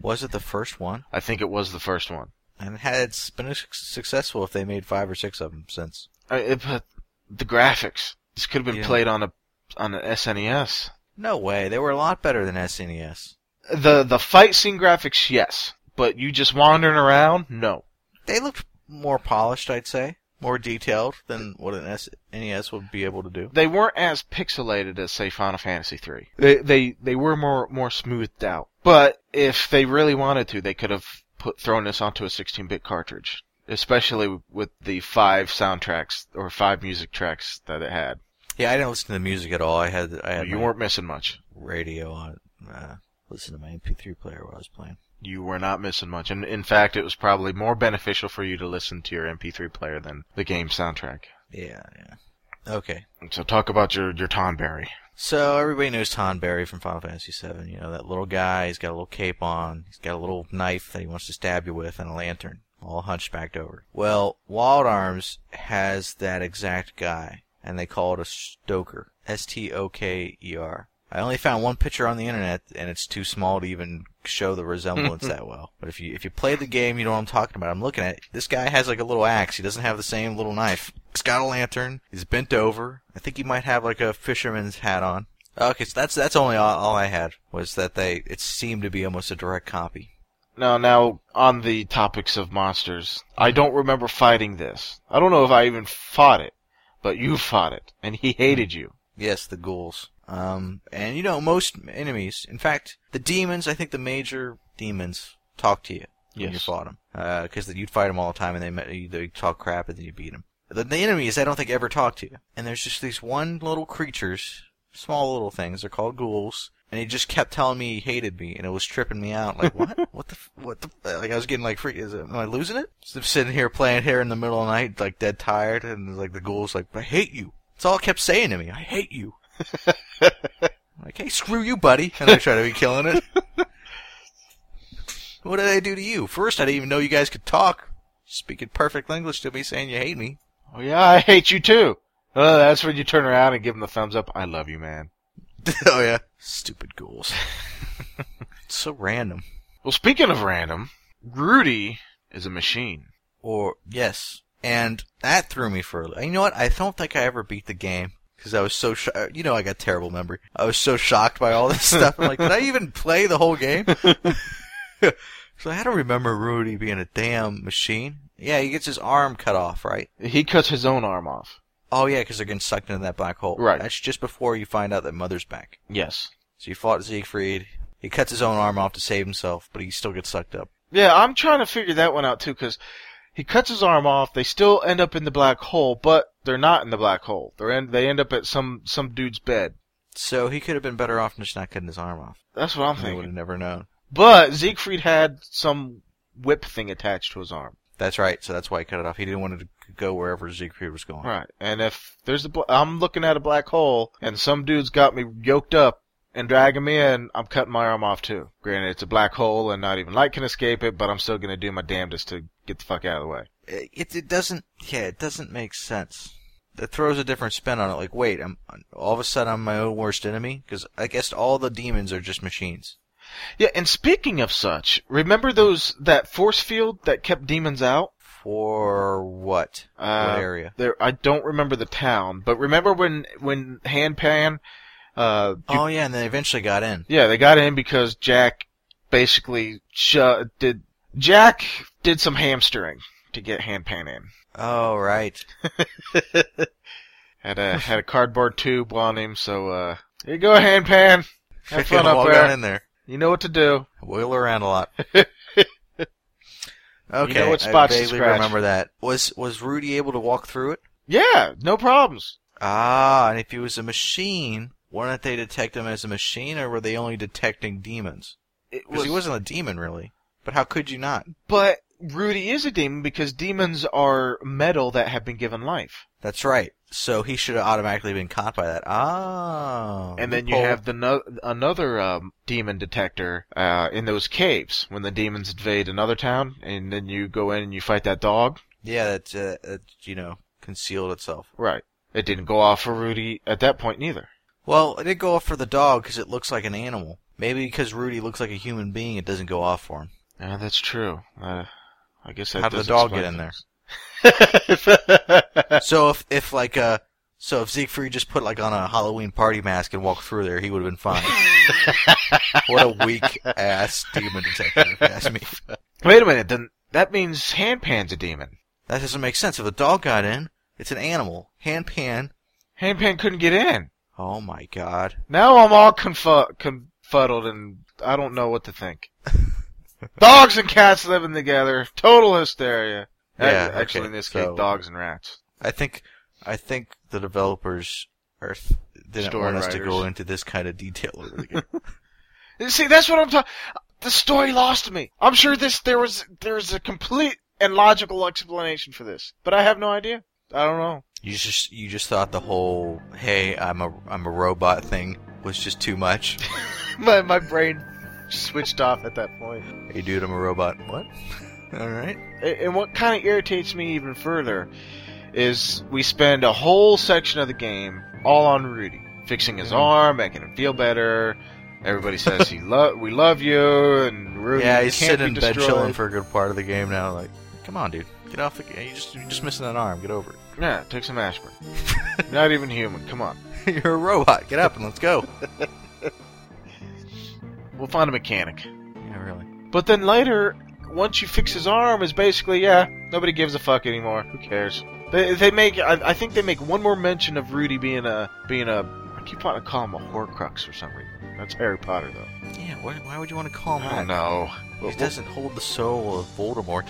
[SPEAKER 2] Was it the first one?
[SPEAKER 1] I think it was the first one.
[SPEAKER 2] And had it's been su- successful if they made five or six of them since.
[SPEAKER 1] I, Uh, it, but the graphics. This could have been
[SPEAKER 2] Yeah.
[SPEAKER 1] played on a E on an SNES.
[SPEAKER 2] No way. They were a lot better than E SNES.
[SPEAKER 1] The the fight scene graphics, yes, but you just wandering around, no.
[SPEAKER 2] They looked more polished, I'd say, more detailed than what an SNES would be able to do.
[SPEAKER 1] They weren't as pixelated as say Final Fantasy III. They they they were more more smoothed out. But if they really wanted to, they could have put thrown this onto a 16-bit cartridge, especially with the five soundtracks or five music tracks that it had.
[SPEAKER 2] Yeah, I didn't listen to the music at all. I had I had
[SPEAKER 1] You
[SPEAKER 2] my
[SPEAKER 1] weren't missing much.
[SPEAKER 2] radio on. Uh, listen to my MP3 player while I was playing.
[SPEAKER 1] You were not missing much. And in fact, it was probably more beneficial for you to listen to your MP3 player than the game soundtrack.
[SPEAKER 2] Yeah, yeah. Okay.
[SPEAKER 1] So talk about your, your Tonberry.
[SPEAKER 2] So everybody knows Tom Berry from Final Fantasy VII. You know that little guy. He's got a little cape on. He's got a little knife that he wants to stab you with, and a lantern, all hunchbacked over. Well, Wild Arms has that exact guy, and they call it a Stoker. S-T-O-K-E-R. I only found one picture on the internet, and it's too small to even show the resemblance that well. But if you if you play the game, you know what I'm talking about. I'm looking at it. this guy has like a little axe. He doesn't have the same little knife. He's got a lantern. He's bent over. I think he might have like a fisherman's hat on. Okay, so that's that's only all, all I had was that they it seemed to be almost a direct copy.
[SPEAKER 1] Now, now, on the topics of monsters, I don't remember fighting this. I don't know if I even fought it, but you fought it, and he hated you.
[SPEAKER 2] Yes, the ghouls. Um, and you know most enemies. In fact, the demons. I think the major demons talk to you when you
[SPEAKER 1] Yes.
[SPEAKER 2] fought them, because you'd fight them all the time, and they met, you- they talk crap, and then you beat them. The, the enemies, I don't think ever talk to you. And there's just these one little creatures, small little things. They're called ghouls. And he just kept telling me he hated me, and it was tripping me out. Like what? what the? f- What the? f- Like I was getting like freak. Is it, am I losing it? So I'm sitting here playing here in the middle of the night, like dead tired, and like the ghouls like, I hate you. It's all it kept saying to me. I hate you. I'm like, hey, screw you, buddy. And I try to be killing it. what did I do to you? First, I didn't even know you guys could talk. Speaking perfect English to me, saying you hate me.
[SPEAKER 1] Oh yeah, I hate you too. Uh, that's when you turn around and give him the thumbs up. I love you, man.
[SPEAKER 2] oh yeah, stupid ghouls. It's so random.
[SPEAKER 1] Well, speaking of random, Rudy is a machine.
[SPEAKER 2] Or yes, and that threw me for. a You know what? I don't think I ever beat the game because I was so. Sh- you know, I got terrible memory. I was so shocked by all this stuff. I'm like, did I even play the whole game? so I don't remember Rudy being a damn machine. Yeah, he gets his arm cut off, right?
[SPEAKER 1] He cuts his own arm off.
[SPEAKER 2] Oh yeah, because they're getting sucked into that black hole.
[SPEAKER 1] Right.
[SPEAKER 2] That's just before you find out that Mother's back.
[SPEAKER 1] Yes.
[SPEAKER 2] So you fought Siegfried. He cuts his own arm off to save himself, but he still gets sucked up.
[SPEAKER 1] Yeah, I'm trying to figure that one out too, because he cuts his arm off. They still end up in the black hole, but they're not in the black hole. They're in, they end up at some some dude's bed.
[SPEAKER 2] So he could have been better off just not cutting his arm off.
[SPEAKER 1] That's what I'm
[SPEAKER 2] I would have
[SPEAKER 1] thinking.
[SPEAKER 2] never known.
[SPEAKER 1] But Siegfried had some whip thing attached to his arm.
[SPEAKER 2] That's right. So that's why he cut it off. He didn't want it to go wherever Siegfried was going.
[SPEAKER 1] Right. And if there's a, bl- I'm looking at a black hole, and some dude's got me yoked up and dragging me in, I'm cutting my arm off too. Granted, it's a black hole, and not even light can escape it, but I'm still gonna do my damnedest to get the fuck out of the way.
[SPEAKER 2] It, it it doesn't. Yeah, it doesn't make sense. That throws a different spin on it. Like, wait, I'm all of a sudden I'm my own worst enemy because I guess all the demons are just machines.
[SPEAKER 1] Yeah, and speaking of such, remember those that force field that kept demons out?
[SPEAKER 2] For what?
[SPEAKER 1] Uh,
[SPEAKER 2] what area?
[SPEAKER 1] There, I don't remember the town, but remember when when Handpan, uh, you-
[SPEAKER 2] oh yeah, and then eventually got in.
[SPEAKER 1] yeah, they got in because Jack basically sho- did Jack did some hamstering to get Handpan in.
[SPEAKER 2] Oh right.
[SPEAKER 1] had a had a cardboard tube on him, so uh, here you go, Handpan. Have fun up
[SPEAKER 2] Walk
[SPEAKER 1] there.
[SPEAKER 2] on in there.
[SPEAKER 1] You know what to do.
[SPEAKER 2] Wheel around a lot. okay,
[SPEAKER 1] what spots
[SPEAKER 2] I
[SPEAKER 1] to
[SPEAKER 2] vaguely
[SPEAKER 1] scratch.
[SPEAKER 2] remember that. Was was Rudy able to walk through it?
[SPEAKER 1] Yeah, no problems.
[SPEAKER 2] Ah, and if he was a machine, weren't they detect him as a machine, or were they only detecting demons?
[SPEAKER 1] It
[SPEAKER 2] Because he wasn't a demon, really. But how could you not?
[SPEAKER 1] But Rudy is a demon because demons are metal that have been given life.
[SPEAKER 2] That's right. So he should have automatically been caught by that. Ah.
[SPEAKER 1] And then you
[SPEAKER 2] loophole.
[SPEAKER 1] have the no- another um, demon detector uh, in those caves when the demons invade another town, and then you go in and you fight that dog.
[SPEAKER 2] yeah, that uh, that, you know concealed itself.
[SPEAKER 1] Right. It didn't go off for Rudy at that point neither.
[SPEAKER 2] Well, it did go off for the dog because it looks like an animal. Maybe because Rudy looks like a human being, it doesn't go off for him.
[SPEAKER 1] Yeah, that's true. Uh, I guess that
[SPEAKER 2] How did the
[SPEAKER 1] does
[SPEAKER 2] dog
[SPEAKER 1] explain
[SPEAKER 2] get in there?
[SPEAKER 1] things.
[SPEAKER 2] so if if like uh so if Siegfried just put like on a Halloween party mask and walked through there, he would have been fine. what a weak ass demon detective, if you ask me.
[SPEAKER 1] Wait a minute. Then that means Handpan's a demon.
[SPEAKER 2] That doesn't make sense. If a dog got in, it's an animal. Hand pan.
[SPEAKER 1] Handpan couldn't get in.
[SPEAKER 2] Oh my god.
[SPEAKER 1] Now I'm all confu- confuddled and I don't know what to think. dogs and cats living together, total hysteria.
[SPEAKER 2] Yeah,
[SPEAKER 1] Ac-
[SPEAKER 2] okay,
[SPEAKER 1] actually, in this case,
[SPEAKER 2] so-
[SPEAKER 1] dogs and rats.
[SPEAKER 2] I think I think the developers are th- didn't
[SPEAKER 1] Story
[SPEAKER 2] want us to
[SPEAKER 1] writers.
[SPEAKER 2] go into this kind of detail over the game.
[SPEAKER 1] See, that's what I'm talking. The story lost me. I'm sure this there was there was a complete and logical explanation for this, but I have no idea. I don't know.
[SPEAKER 2] You just you just thought the whole hey, I'm a I'm a robot thing was just too much.
[SPEAKER 1] My my brain switched off at that point.
[SPEAKER 2] Hey dude, I'm a robot. What? All right.
[SPEAKER 1] A- And what kind of irritates me even further is we spend a whole section of the game all on Rudy, fixing
[SPEAKER 2] Mm-hmm.
[SPEAKER 1] his arm, making him feel better. Everybody says he lo- we love you, and Rudy
[SPEAKER 2] Yeah, he's
[SPEAKER 1] can't
[SPEAKER 2] sitting in
[SPEAKER 1] be
[SPEAKER 2] bed
[SPEAKER 1] destroyed.
[SPEAKER 2] chilling for a good part of the game now. Like, come on, dude, get off the. You just you're just missing an arm. Get over it.
[SPEAKER 1] Yeah, take some aspirin. Not even human. Come on,
[SPEAKER 2] you're a robot. Get up and let's go.
[SPEAKER 1] we'll find a mechanic.
[SPEAKER 2] yeah, really.
[SPEAKER 1] But then later, once you fix his arm, is basically yeah, nobody gives a fuck anymore. Who cares? They they make I, I think they make one more mention of Rudy being a being a I keep wanting to call him a Horcrux for some reason. That's Harry Potter though.
[SPEAKER 2] Yeah. Why, why would you want to call him
[SPEAKER 1] I don't
[SPEAKER 2] that?
[SPEAKER 1] know.
[SPEAKER 2] Oh, He doesn't hold the soul of Voldemort.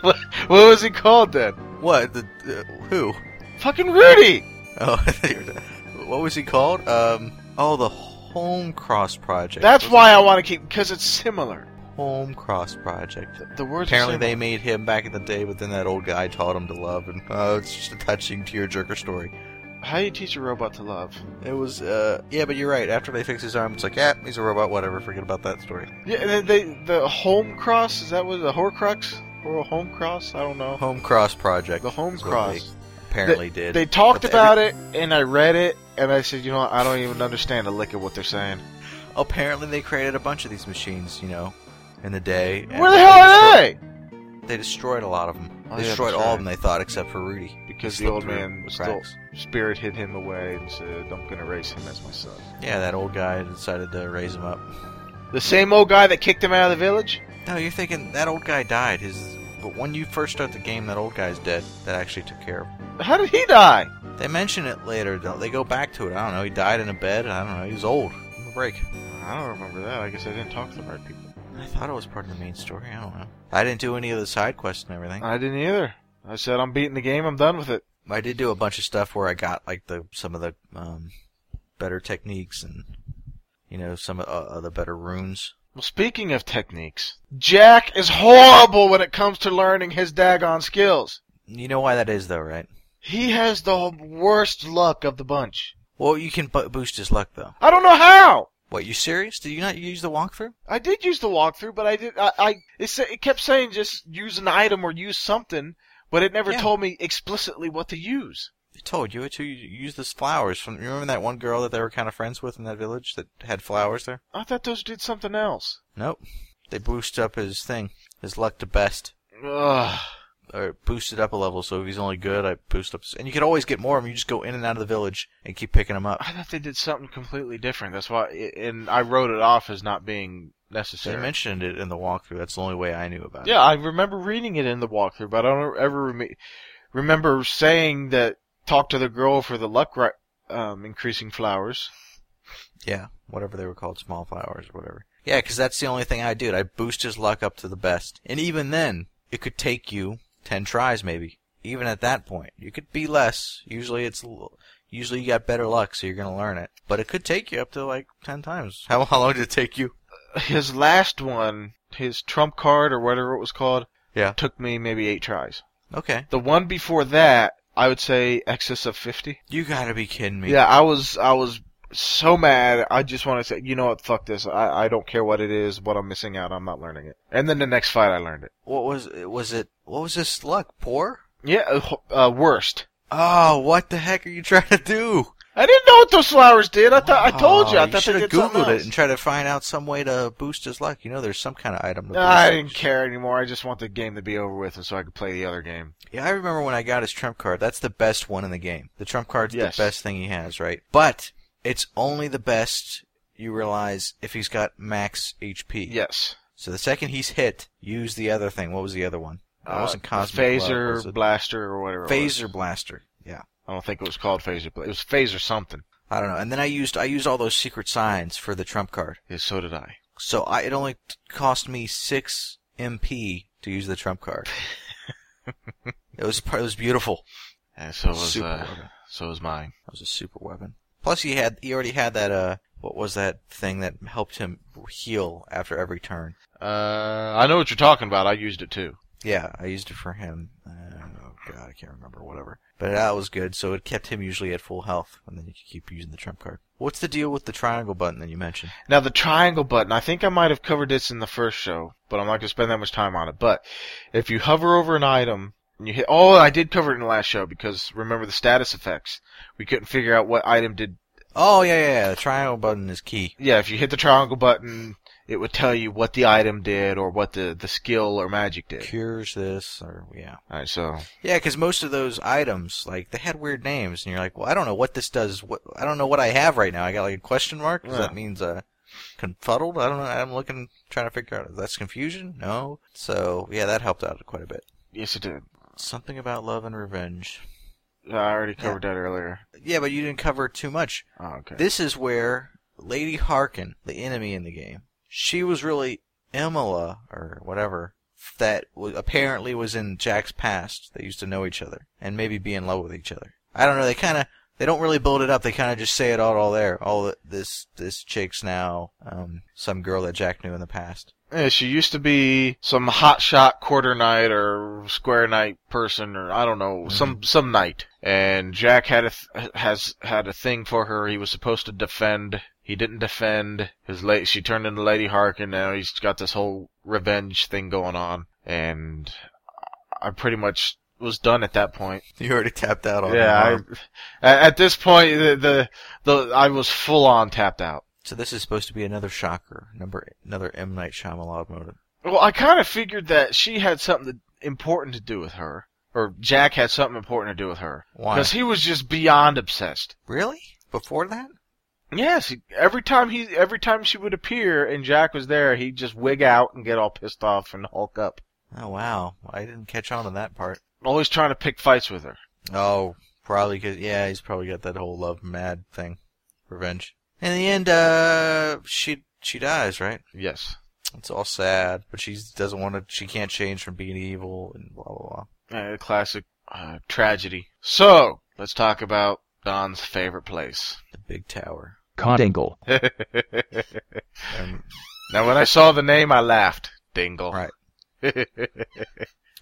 [SPEAKER 1] what, what was he called then?
[SPEAKER 2] what? The uh, who?
[SPEAKER 1] Fucking Rudy.
[SPEAKER 2] Oh, I thought you were- what was he called? Um. Oh, the Home Cross Project.
[SPEAKER 1] That's
[SPEAKER 2] Wasn't
[SPEAKER 1] why I want to keep because it's similar.
[SPEAKER 2] it? Home Cross Project.
[SPEAKER 1] The words. are
[SPEAKER 2] Apparently
[SPEAKER 1] similar.
[SPEAKER 2] they made him back in the day, but then that old guy taught him to love, and oh, it's just a touching tearjerker story.
[SPEAKER 1] How do you teach a robot to love?
[SPEAKER 2] It was, uh, yeah, but you're right. After they fix his arm, it's like, yeah, he's a robot, whatever, forget about that story.
[SPEAKER 1] Yeah, and then they the home cross is that what the Horcrux or a home cross? I don't know.
[SPEAKER 2] Home Cross Project.
[SPEAKER 1] The home
[SPEAKER 2] is what
[SPEAKER 1] cross.
[SPEAKER 2] They apparently did.
[SPEAKER 1] They talked
[SPEAKER 2] But
[SPEAKER 1] about it, and I read it, And I said, you know, what? I don't even understand a lick of what they're saying.
[SPEAKER 2] Apparently, they created a bunch of these machines, you know, in the day. and
[SPEAKER 1] Where the hell are
[SPEAKER 2] destroyed-
[SPEAKER 1] they?
[SPEAKER 2] They destroyed a lot of them.
[SPEAKER 1] Oh,
[SPEAKER 2] they
[SPEAKER 1] yeah,
[SPEAKER 2] destroyed
[SPEAKER 1] that's
[SPEAKER 2] all
[SPEAKER 1] right.
[SPEAKER 2] of them, they thought, except for Rudy.
[SPEAKER 1] Because
[SPEAKER 2] He
[SPEAKER 1] the old
[SPEAKER 2] slipped through
[SPEAKER 1] man was
[SPEAKER 2] cracks.
[SPEAKER 1] still spirit hid him away and said, "I'm gonna raise him as my son."
[SPEAKER 2] Yeah, that old guy decided to raise him up.
[SPEAKER 1] The same old guy that kicked him out of the village.
[SPEAKER 2] No, you're thinking that old guy died. His, but when you first start the game, that old guy's dead. That actually took care of. him.
[SPEAKER 1] How did he die?
[SPEAKER 2] They mention it later. Though. They go back to it. I don't know. He died in a bed. I don't know. He was old. Give him a break.
[SPEAKER 1] I don't remember that. I guess I didn't talk to the right people.
[SPEAKER 2] I thought it was part of the main story. I don't know. I didn't do any of the side quests and everything.
[SPEAKER 1] I didn't either. I said, "I'm beating the game. I'm done with it."
[SPEAKER 2] I did do a bunch of stuff where I got like the some of the um, better techniques and you know some of uh, the better runes.
[SPEAKER 1] Well, speaking of techniques, Jack is horrible when it comes to learning his daggone skills.
[SPEAKER 2] You know why that is though, right?
[SPEAKER 1] He has the worst luck of the bunch.
[SPEAKER 2] Well, you can bu- boost his luck though.
[SPEAKER 1] I don't know how.
[SPEAKER 2] What? You serious? Did you not use the walkthrough?
[SPEAKER 1] I did use the walkthrough, but I did. I, I it, sa- it kept saying just use an item or use something, but it never
[SPEAKER 2] Yeah.
[SPEAKER 1] told me explicitly what to use.
[SPEAKER 2] I told you to use those flowers from. You remember that one girl that they were kind of friends with in that village that had flowers there?
[SPEAKER 1] I thought those did something else.
[SPEAKER 2] Nope. They boosted up his thing, his luck to best,
[SPEAKER 1] Ugh.
[SPEAKER 2] or boosted up a level. So if he's only good, I boost up. his- And you can always get more of them. You just go in and out of the village and keep picking them up.
[SPEAKER 1] I thought they did something completely different. That's why, and I wrote it off as not being
[SPEAKER 2] They
[SPEAKER 1] necessary.
[SPEAKER 2] mentioned it in the walkthrough. That's the only way I knew about it.
[SPEAKER 1] Yeah, I remember reading it in the walkthrough, but I don't ever rem- remember saying that talk to the girl for the luck ri- um, increasing flowers.
[SPEAKER 2] Yeah. Whatever they were called, small flowers or whatever. Yeah, 'cause that's the only thing I did. I boost his luck up to the best. And even then, it could take you 10 tries maybe. Even at that point, you could be less. Usually it's l- usually you got better luck, so you're going to learn it. But it could take you up to like 10 times. How, how long did it take you?
[SPEAKER 1] His last one, his trump card or whatever it was called,
[SPEAKER 2] Yeah.
[SPEAKER 1] took me maybe eight tries.
[SPEAKER 2] Okay.
[SPEAKER 1] The one before that, I would say excess of fifty.
[SPEAKER 2] You got to be kidding me.
[SPEAKER 1] Yeah, I was I was so mad. I just want to say, you know what? Fuck this. I I don't care what it is, what I'm missing out. I'm not learning it. And then the next fight, I learned it.
[SPEAKER 2] What was was it? What was this luck? Poor?
[SPEAKER 1] Yeah, uh, ho- uh, worst.
[SPEAKER 2] Oh, what the heck are you trying to do?
[SPEAKER 1] I didn't know what those flowers did. I thought I told you. I
[SPEAKER 2] Oh,
[SPEAKER 1] thought they
[SPEAKER 2] shoulda
[SPEAKER 1] did something
[SPEAKER 2] googled it
[SPEAKER 1] else.
[SPEAKER 2] and tried to find out some way to boost his luck. You know, there's some kind of item. To boost
[SPEAKER 1] I
[SPEAKER 2] it.
[SPEAKER 1] didn't care anymore. I just want the game to be over with, and so I could play the other game.
[SPEAKER 2] Yeah, I remember when I got his trump card. That's the best one in the game. The trump card's
[SPEAKER 1] Yes.
[SPEAKER 2] the best thing he has, right? But it's only the best you realize if he's got max HP.
[SPEAKER 1] Yes,
[SPEAKER 2] So the second he's hit, use the other thing. What was the other one? It wasn't
[SPEAKER 1] Uh,
[SPEAKER 2] cosmic Glove,
[SPEAKER 1] phaser
[SPEAKER 2] was it?
[SPEAKER 1] blaster or whatever. it was.
[SPEAKER 2] phaser blaster. Yeah.
[SPEAKER 1] I don't think it was called phaser. Bla- It was phaser something.
[SPEAKER 2] I don't know. And then I used I used all those secret signs for the trump card.
[SPEAKER 1] Yeah, so did I.
[SPEAKER 2] So I it only t- cost me six MP to use the trump card. it was it was beautiful.
[SPEAKER 1] And so was
[SPEAKER 2] Super
[SPEAKER 1] uh,
[SPEAKER 2] weapon.
[SPEAKER 1] so was mine.
[SPEAKER 2] That was a super weapon. Plus, he had he already had that uh, what was that thing that helped him heal after every turn?
[SPEAKER 1] Uh, I know what you're talking about. I used it too.
[SPEAKER 2] Yeah, I used it for him. Uh, oh God, I can't remember. Whatever. But that was good. So it kept him usually at full health, and then you could keep using the trump card. What's the deal with the triangle button that you mentioned?
[SPEAKER 1] Now the triangle button, I think I might have covered this in the first show, but I'm not gonna spend that much time on it. But if you hover over an item and you hit oh I did cover it in the last show because remember the status effects. We couldn't figure out what item did
[SPEAKER 2] Oh yeah, yeah, yeah. The triangle button is key.
[SPEAKER 1] yeah, if you hit the triangle button, it would tell you what the item did or what the, the skill or magic did.
[SPEAKER 2] Cures this, or yeah,
[SPEAKER 1] Alright, so
[SPEAKER 2] yeah, because most of those items, like they had weird names, and you're like, well, I don't know what this does. What I don't know what I have right now. I got like a question mark. Does
[SPEAKER 1] Yeah.
[SPEAKER 2] that means uh, confuddled? I don't know. I'm looking, trying to figure out. That's confusion. No. So yeah, that helped out quite a bit.
[SPEAKER 1] yes it did.
[SPEAKER 2] Something about love and revenge.
[SPEAKER 1] I already covered that earlier.
[SPEAKER 2] Yeah, but you didn't cover too much.
[SPEAKER 1] Oh, okay.
[SPEAKER 2] This is where Lady Harkin, the enemy in the game, she was really Emila or whatever that wa apparently was in Jack's past. They used to know each other and maybe be in love with each other. I don't know. They kind of they don't really build it up. They kind of just say it all, all there. All the- this this chick's now um, some girl that Jack knew in the past.
[SPEAKER 1] Yeah, she used to be some hotshot quarter knight or square knight person, or I don't know, some some knight. And Jack had a th- has had a thing for her. He was supposed to defend. He didn't defend. His la- she turned into Lady Harkin. Now he's got this whole revenge thing going on. And I pretty much was done at that point.
[SPEAKER 2] You already tapped out on
[SPEAKER 1] yeah,
[SPEAKER 2] that.
[SPEAKER 1] I, at at this point, the, the the I was full on tapped out.
[SPEAKER 2] So this is supposed to be another shocker, number another M Night Shyamalan motive.
[SPEAKER 1] Well, I kind of figured that she had something important to do with her, or Jack had something important to do with her,
[SPEAKER 2] Why?
[SPEAKER 1] because he was just beyond obsessed.
[SPEAKER 2] Really? Before that?
[SPEAKER 1] Yes, he- every time he, every time she would appear and Jack was there, he'd just wig out and get all pissed off and hulk up,
[SPEAKER 2] Oh wow, I didn't catch on to that part.
[SPEAKER 1] always trying to pick fights with her.
[SPEAKER 2] Oh, probably because yeah, he's probably got that whole love mad thing, revenge. In the end, uh, she she dies, right?
[SPEAKER 1] Yes,
[SPEAKER 2] It's all sad, but she doesn't want to. She can't change from being evil and blah blah blah.
[SPEAKER 1] uh, classic uh, tragedy. So let's talk about Don's favorite place.
[SPEAKER 2] The big tower.
[SPEAKER 4] Cod angle.
[SPEAKER 1] now,
[SPEAKER 2] Um,
[SPEAKER 1] when I saw the name, I laughed. Dingle.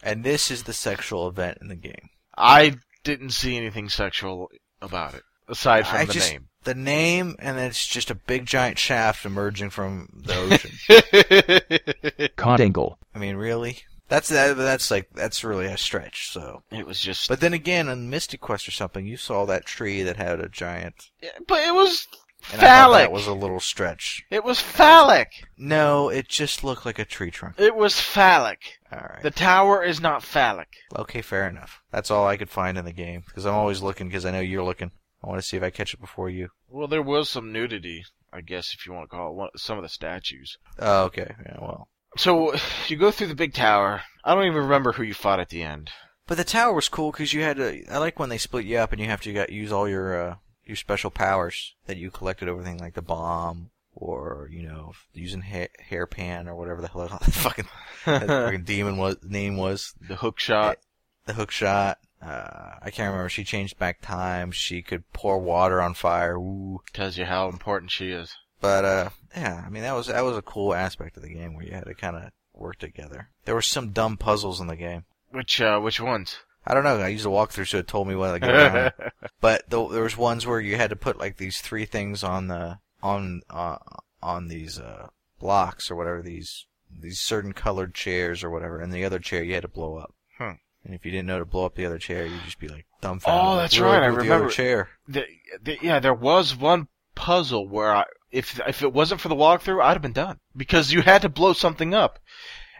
[SPEAKER 2] and this is the sexual event in the game.
[SPEAKER 1] I didn't see anything sexual about it aside from
[SPEAKER 2] I
[SPEAKER 1] the
[SPEAKER 2] just-
[SPEAKER 1] name.
[SPEAKER 2] The name, and then it's just a big giant shaft emerging from the ocean.
[SPEAKER 4] Cod angle.
[SPEAKER 2] I mean, really? That's that, that's like that's really a stretch. So,
[SPEAKER 1] it was just, but,
[SPEAKER 2] but then again, on Mystic Quest or something, you saw that tree that had a giant.
[SPEAKER 1] but it was
[SPEAKER 2] And I thought
[SPEAKER 1] phallic.
[SPEAKER 2] that was a little stretch.
[SPEAKER 1] it was phallic.
[SPEAKER 2] No, it just looked like a tree trunk.
[SPEAKER 1] It was phallic.
[SPEAKER 2] All right.
[SPEAKER 1] The tower is not phallic.
[SPEAKER 2] okay, fair enough. That's all I could find in the game because I'm always looking because I know you're looking. I want to see if I catch it before you.
[SPEAKER 1] Well, there was some nudity, I guess, if you want to call it one, some of the statues.
[SPEAKER 2] Oh, okay. Yeah, well.
[SPEAKER 1] So you go through the big tower. I don't even remember who you fought at the end.
[SPEAKER 2] But the tower was cool because you had to. I like when they split you up and you have to got, use all your uh, your special powers that you collected over things like the bomb or you know using ha- hairpan or whatever the hell that fucking, that
[SPEAKER 1] the
[SPEAKER 2] fucking demon was name was
[SPEAKER 1] hook shot.
[SPEAKER 2] the hook shot. Uh, I can't remember. She changed back time. She could pour water on fire. Ooh.
[SPEAKER 1] tells you how important she is.
[SPEAKER 2] But uh, yeah, I mean that was that was a cool aspect of the game where you had to kind of work together. There were some dumb puzzles in the game.
[SPEAKER 1] Which uh, which ones?
[SPEAKER 2] I don't know. I used a walkthrough, so it told me what to get around. but th there was ones where you had to put like these three things on the on uh, on these uh, blocks or whatever these these certain colored chairs or whatever, and the other chair you had to blow up.
[SPEAKER 1] Hmm.
[SPEAKER 2] And if you didn't know to blow up the other chair, you'd just be like dumbfounded.
[SPEAKER 1] Oh,
[SPEAKER 2] like,
[SPEAKER 1] that's
[SPEAKER 2] what do
[SPEAKER 1] right, I
[SPEAKER 2] do with The
[SPEAKER 1] remember.
[SPEAKER 2] other chair.
[SPEAKER 1] the, the, yeah, there was one puzzle where I, if if it wasn't for the walkthrough, I'd have been done because you had to blow something up,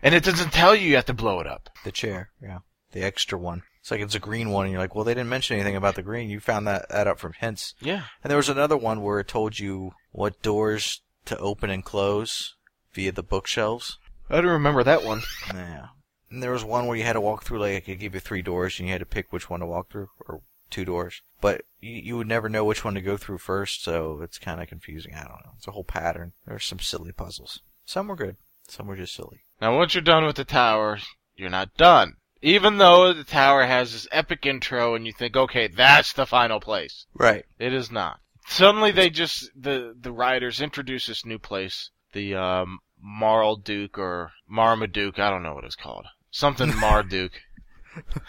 [SPEAKER 1] and it doesn't tell you you have to blow it up.
[SPEAKER 2] The chair, yeah. The extra one. It's like it's a green one, and you're like, well, they didn't mention anything about the green. You found that, that up from hints.
[SPEAKER 1] Yeah,
[SPEAKER 2] And there was another one where it told you what doors to open and close via the bookshelves.
[SPEAKER 1] I don't remember that one.
[SPEAKER 2] Yeah. And there was one where you had to walk through, like, it gave you three doors, and you had to pick which one to walk through, or two doors. But you, you would never know which one to go through first, so it's kind of confusing. I don't know. It's a whole pattern. There were some silly puzzles. Some were good. Some were just silly.
[SPEAKER 1] Now, once you're done with the tower, you're not done. Even though the tower has this epic intro, and you think, okay, that's the final place.
[SPEAKER 2] Right.
[SPEAKER 1] It is not. Suddenly, they just the the writers introduce this new place, the um, Marlduke or Marmaduke. I don't know what it's called. Something Marduke.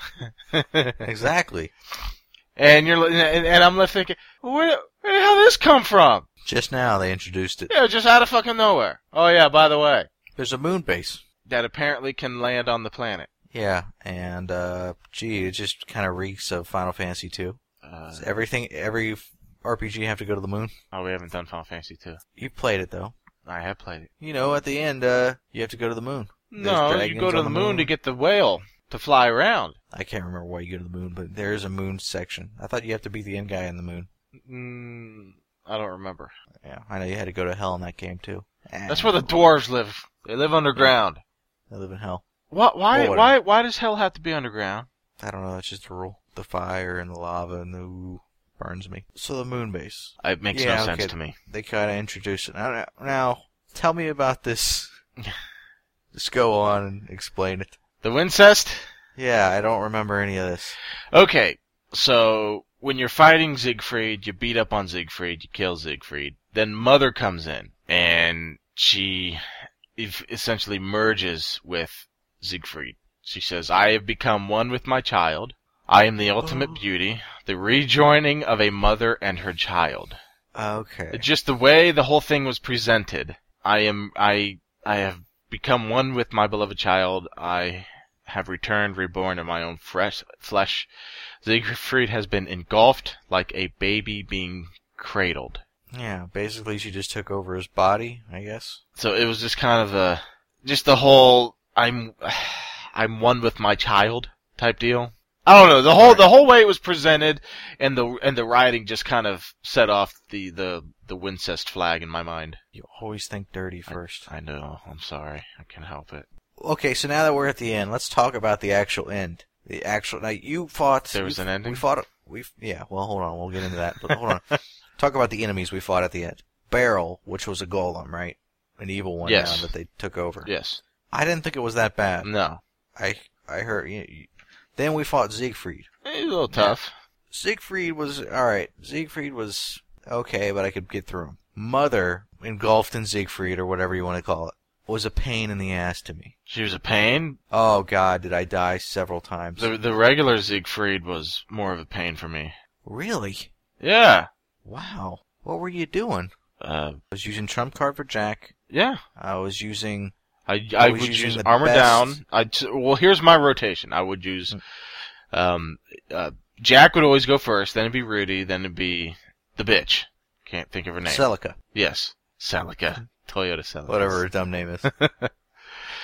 [SPEAKER 2] Exactly.
[SPEAKER 1] And you're li- and, and I'm left thinking, where, where the hell did this come from?
[SPEAKER 2] Just now they introduced it.
[SPEAKER 1] Yeah, just out of fucking nowhere. Oh yeah, by the way,
[SPEAKER 2] There's a moon base.
[SPEAKER 1] that apparently can land on the planet.
[SPEAKER 2] Yeah, and uh, gee, it just kind of reeks of Final Fantasy two.
[SPEAKER 1] Uh,
[SPEAKER 2] Does everything, every f- RPG have to go to the moon.
[SPEAKER 1] oh, we haven't done Final Fantasy two.
[SPEAKER 2] You played it though.
[SPEAKER 1] I have played it.
[SPEAKER 2] You know, at the end, uh, you have to go to the moon. There's
[SPEAKER 1] No, you
[SPEAKER 2] dragons
[SPEAKER 1] go to
[SPEAKER 2] on
[SPEAKER 1] the,
[SPEAKER 2] the
[SPEAKER 1] moon,
[SPEAKER 2] moon.
[SPEAKER 1] to get the whale to fly around.
[SPEAKER 2] I can't remember why you go to the moon, but there is a moon section. I thought you have to be the end guy in the moon.
[SPEAKER 1] Mm, I don't remember.
[SPEAKER 2] Yeah, I know you had to go to hell in that game too. Eh,
[SPEAKER 1] That's where the dwarves live. They live underground.
[SPEAKER 2] I live in hell.
[SPEAKER 1] What? Why?
[SPEAKER 2] Water.
[SPEAKER 1] Why? Why does hell have to be underground?
[SPEAKER 2] I don't know. That's just a rule. The fire and the lava and the ooh, burns me. So the moon base.
[SPEAKER 1] It makes
[SPEAKER 2] Yeah,
[SPEAKER 1] no
[SPEAKER 2] okay.
[SPEAKER 1] sense to me.
[SPEAKER 2] they kind of introduced it. I don't know. Now, tell me about this. Just go on and explain it.
[SPEAKER 1] The Wincest.
[SPEAKER 2] Yeah, I don't remember any of this.
[SPEAKER 1] Okay, so when you're fighting Siegfried, you beat up on Siegfried, you kill Siegfried. Then Mother comes in, and she ev- essentially merges with Siegfried. She says, I have become one with my child. I am the ultimate
[SPEAKER 2] Oh.
[SPEAKER 1] beauty, the rejoining of a mother and her child.
[SPEAKER 2] Okay.
[SPEAKER 1] Just the way the whole thing was presented. I am, I, I have become one with my beloved child. I have returned, reborn in my own fresh flesh. Siegfried has been engulfed like a baby being cradled.
[SPEAKER 2] Yeah, basically she just took over his body, I guess.
[SPEAKER 1] So it was just kind of a, just the whole I'm, I'm one with my child type deal. I don't know the whole the whole way it was presented, and the and the writing just kind of set off the the the Wincest flag in my mind.
[SPEAKER 2] You always think dirty first.
[SPEAKER 1] I know. I'm sorry. I can't help it.
[SPEAKER 2] Okay, so now that we're at the end, let's talk about the actual end. The actual now you fought.
[SPEAKER 1] There was
[SPEAKER 2] you-
[SPEAKER 1] an ending?
[SPEAKER 2] We fought. We yeah. Well, hold on. We'll get into that. But hold on. Talk about the enemies we fought at the end. Barrel, which was a golem, right? An evil one
[SPEAKER 1] Yes.
[SPEAKER 2] now that they took over.
[SPEAKER 1] Yes.
[SPEAKER 2] I didn't think it was that bad.
[SPEAKER 1] No.
[SPEAKER 2] I I heard. You you- then we fought Siegfried.
[SPEAKER 1] Eh, A little tough.
[SPEAKER 2] Siegfried was all right. Siegfried was okay, but I could get through him. Mother engulfed in Siegfried or whatever you want to call it was a pain in the ass to me.
[SPEAKER 1] She was a pain.
[SPEAKER 2] Oh God, did I die several times?
[SPEAKER 1] The the regular Siegfried was more of a pain for me.
[SPEAKER 2] Really?
[SPEAKER 1] Yeah.
[SPEAKER 2] Wow. What were you doing?
[SPEAKER 1] Uh.
[SPEAKER 2] I was using trump card for Jack.
[SPEAKER 1] Yeah.
[SPEAKER 2] I was using
[SPEAKER 1] I, I
[SPEAKER 2] was
[SPEAKER 1] would
[SPEAKER 2] using
[SPEAKER 1] use
[SPEAKER 2] the
[SPEAKER 1] armor
[SPEAKER 2] best-
[SPEAKER 1] down. I well, here's my rotation. I would use, um, uh, Jack would always go first. Then it'd be Rudy. Then it'd be the bitch. Can't think of her name.
[SPEAKER 2] Celica,
[SPEAKER 1] yes, Celica, Toyota Celica,
[SPEAKER 2] whatever her dumb name is.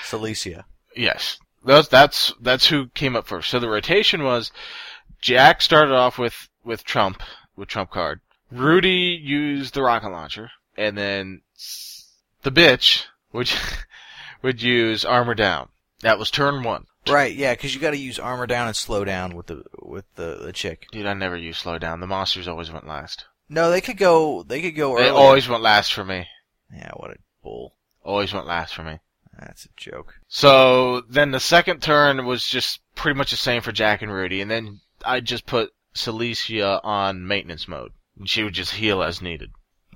[SPEAKER 2] Celicia.
[SPEAKER 1] Yes, that's that's that's who came up first. So the rotation was Jack started off with with Trump with Trump card. Rudy used the rocket launcher, and then s- the bitch would would use armor down. That was turn one.
[SPEAKER 2] Right, yeah, because you got to use armor down and slow down with the with the, the chick.
[SPEAKER 1] Dude, I never used slow down. The monsters always went last.
[SPEAKER 2] No, they could go. They could go
[SPEAKER 1] They
[SPEAKER 2] earlier.
[SPEAKER 1] always went last for me.
[SPEAKER 2] Yeah, what a bull.
[SPEAKER 1] Always went last for me.
[SPEAKER 2] That's a joke.
[SPEAKER 1] So then the second turn was just pretty much the same for Jack and Rudy, and then I just put Celicia on maintenance mode. And she would just heal as needed.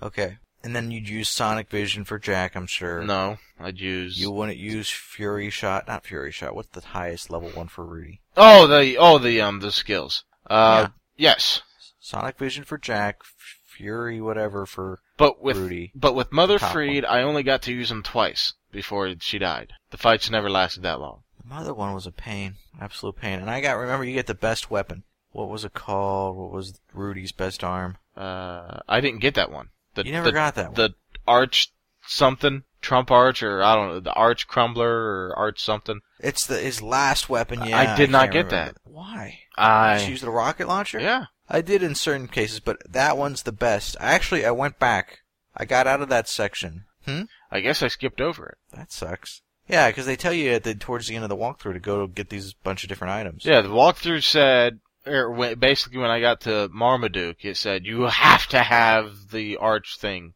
[SPEAKER 2] Okay, and then you'd use Sonic Vision for Jack. I'm sure.
[SPEAKER 1] No, I'd use
[SPEAKER 2] You wouldn't use Fury Shot. Not Fury Shot. What's the highest level one for Rudy?
[SPEAKER 1] Oh the oh the um the skills. Uh yes.
[SPEAKER 2] Sonic Vision for Jack. F- Fury whatever for
[SPEAKER 1] But with
[SPEAKER 2] Rudy.
[SPEAKER 1] but with Mother
[SPEAKER 2] The top
[SPEAKER 1] Freed I only got to use them twice before she died. The fights never lasted that long.
[SPEAKER 2] The mother one was a pain, absolute pain. And I got remember you get the best weapon. What was it called? What was Rudy's best arm?
[SPEAKER 1] Uh I didn't get that one. The,
[SPEAKER 2] you never
[SPEAKER 1] the-
[SPEAKER 2] got that one.
[SPEAKER 1] the arch something trump arch or i don't know the arch crumbler or arch something
[SPEAKER 2] it's the his last weapon.
[SPEAKER 1] I-
[SPEAKER 2] Yeah,
[SPEAKER 1] I did not
[SPEAKER 2] can't
[SPEAKER 1] get
[SPEAKER 2] remember. Why? Just
[SPEAKER 1] i
[SPEAKER 2] use the rocket launcher.
[SPEAKER 1] yeah
[SPEAKER 2] I did in certain cases, but that one's the best. I actually I went back. I got out of that section. Hmm.
[SPEAKER 1] i guess i skipped over it
[SPEAKER 2] That sucks. Yeah, because they tell you at the towards the end of the walkthrough to go get these bunch of different items.
[SPEAKER 1] yeah the walkthrough said or when, basically when i got to marmaduke it said you have to have the arch thing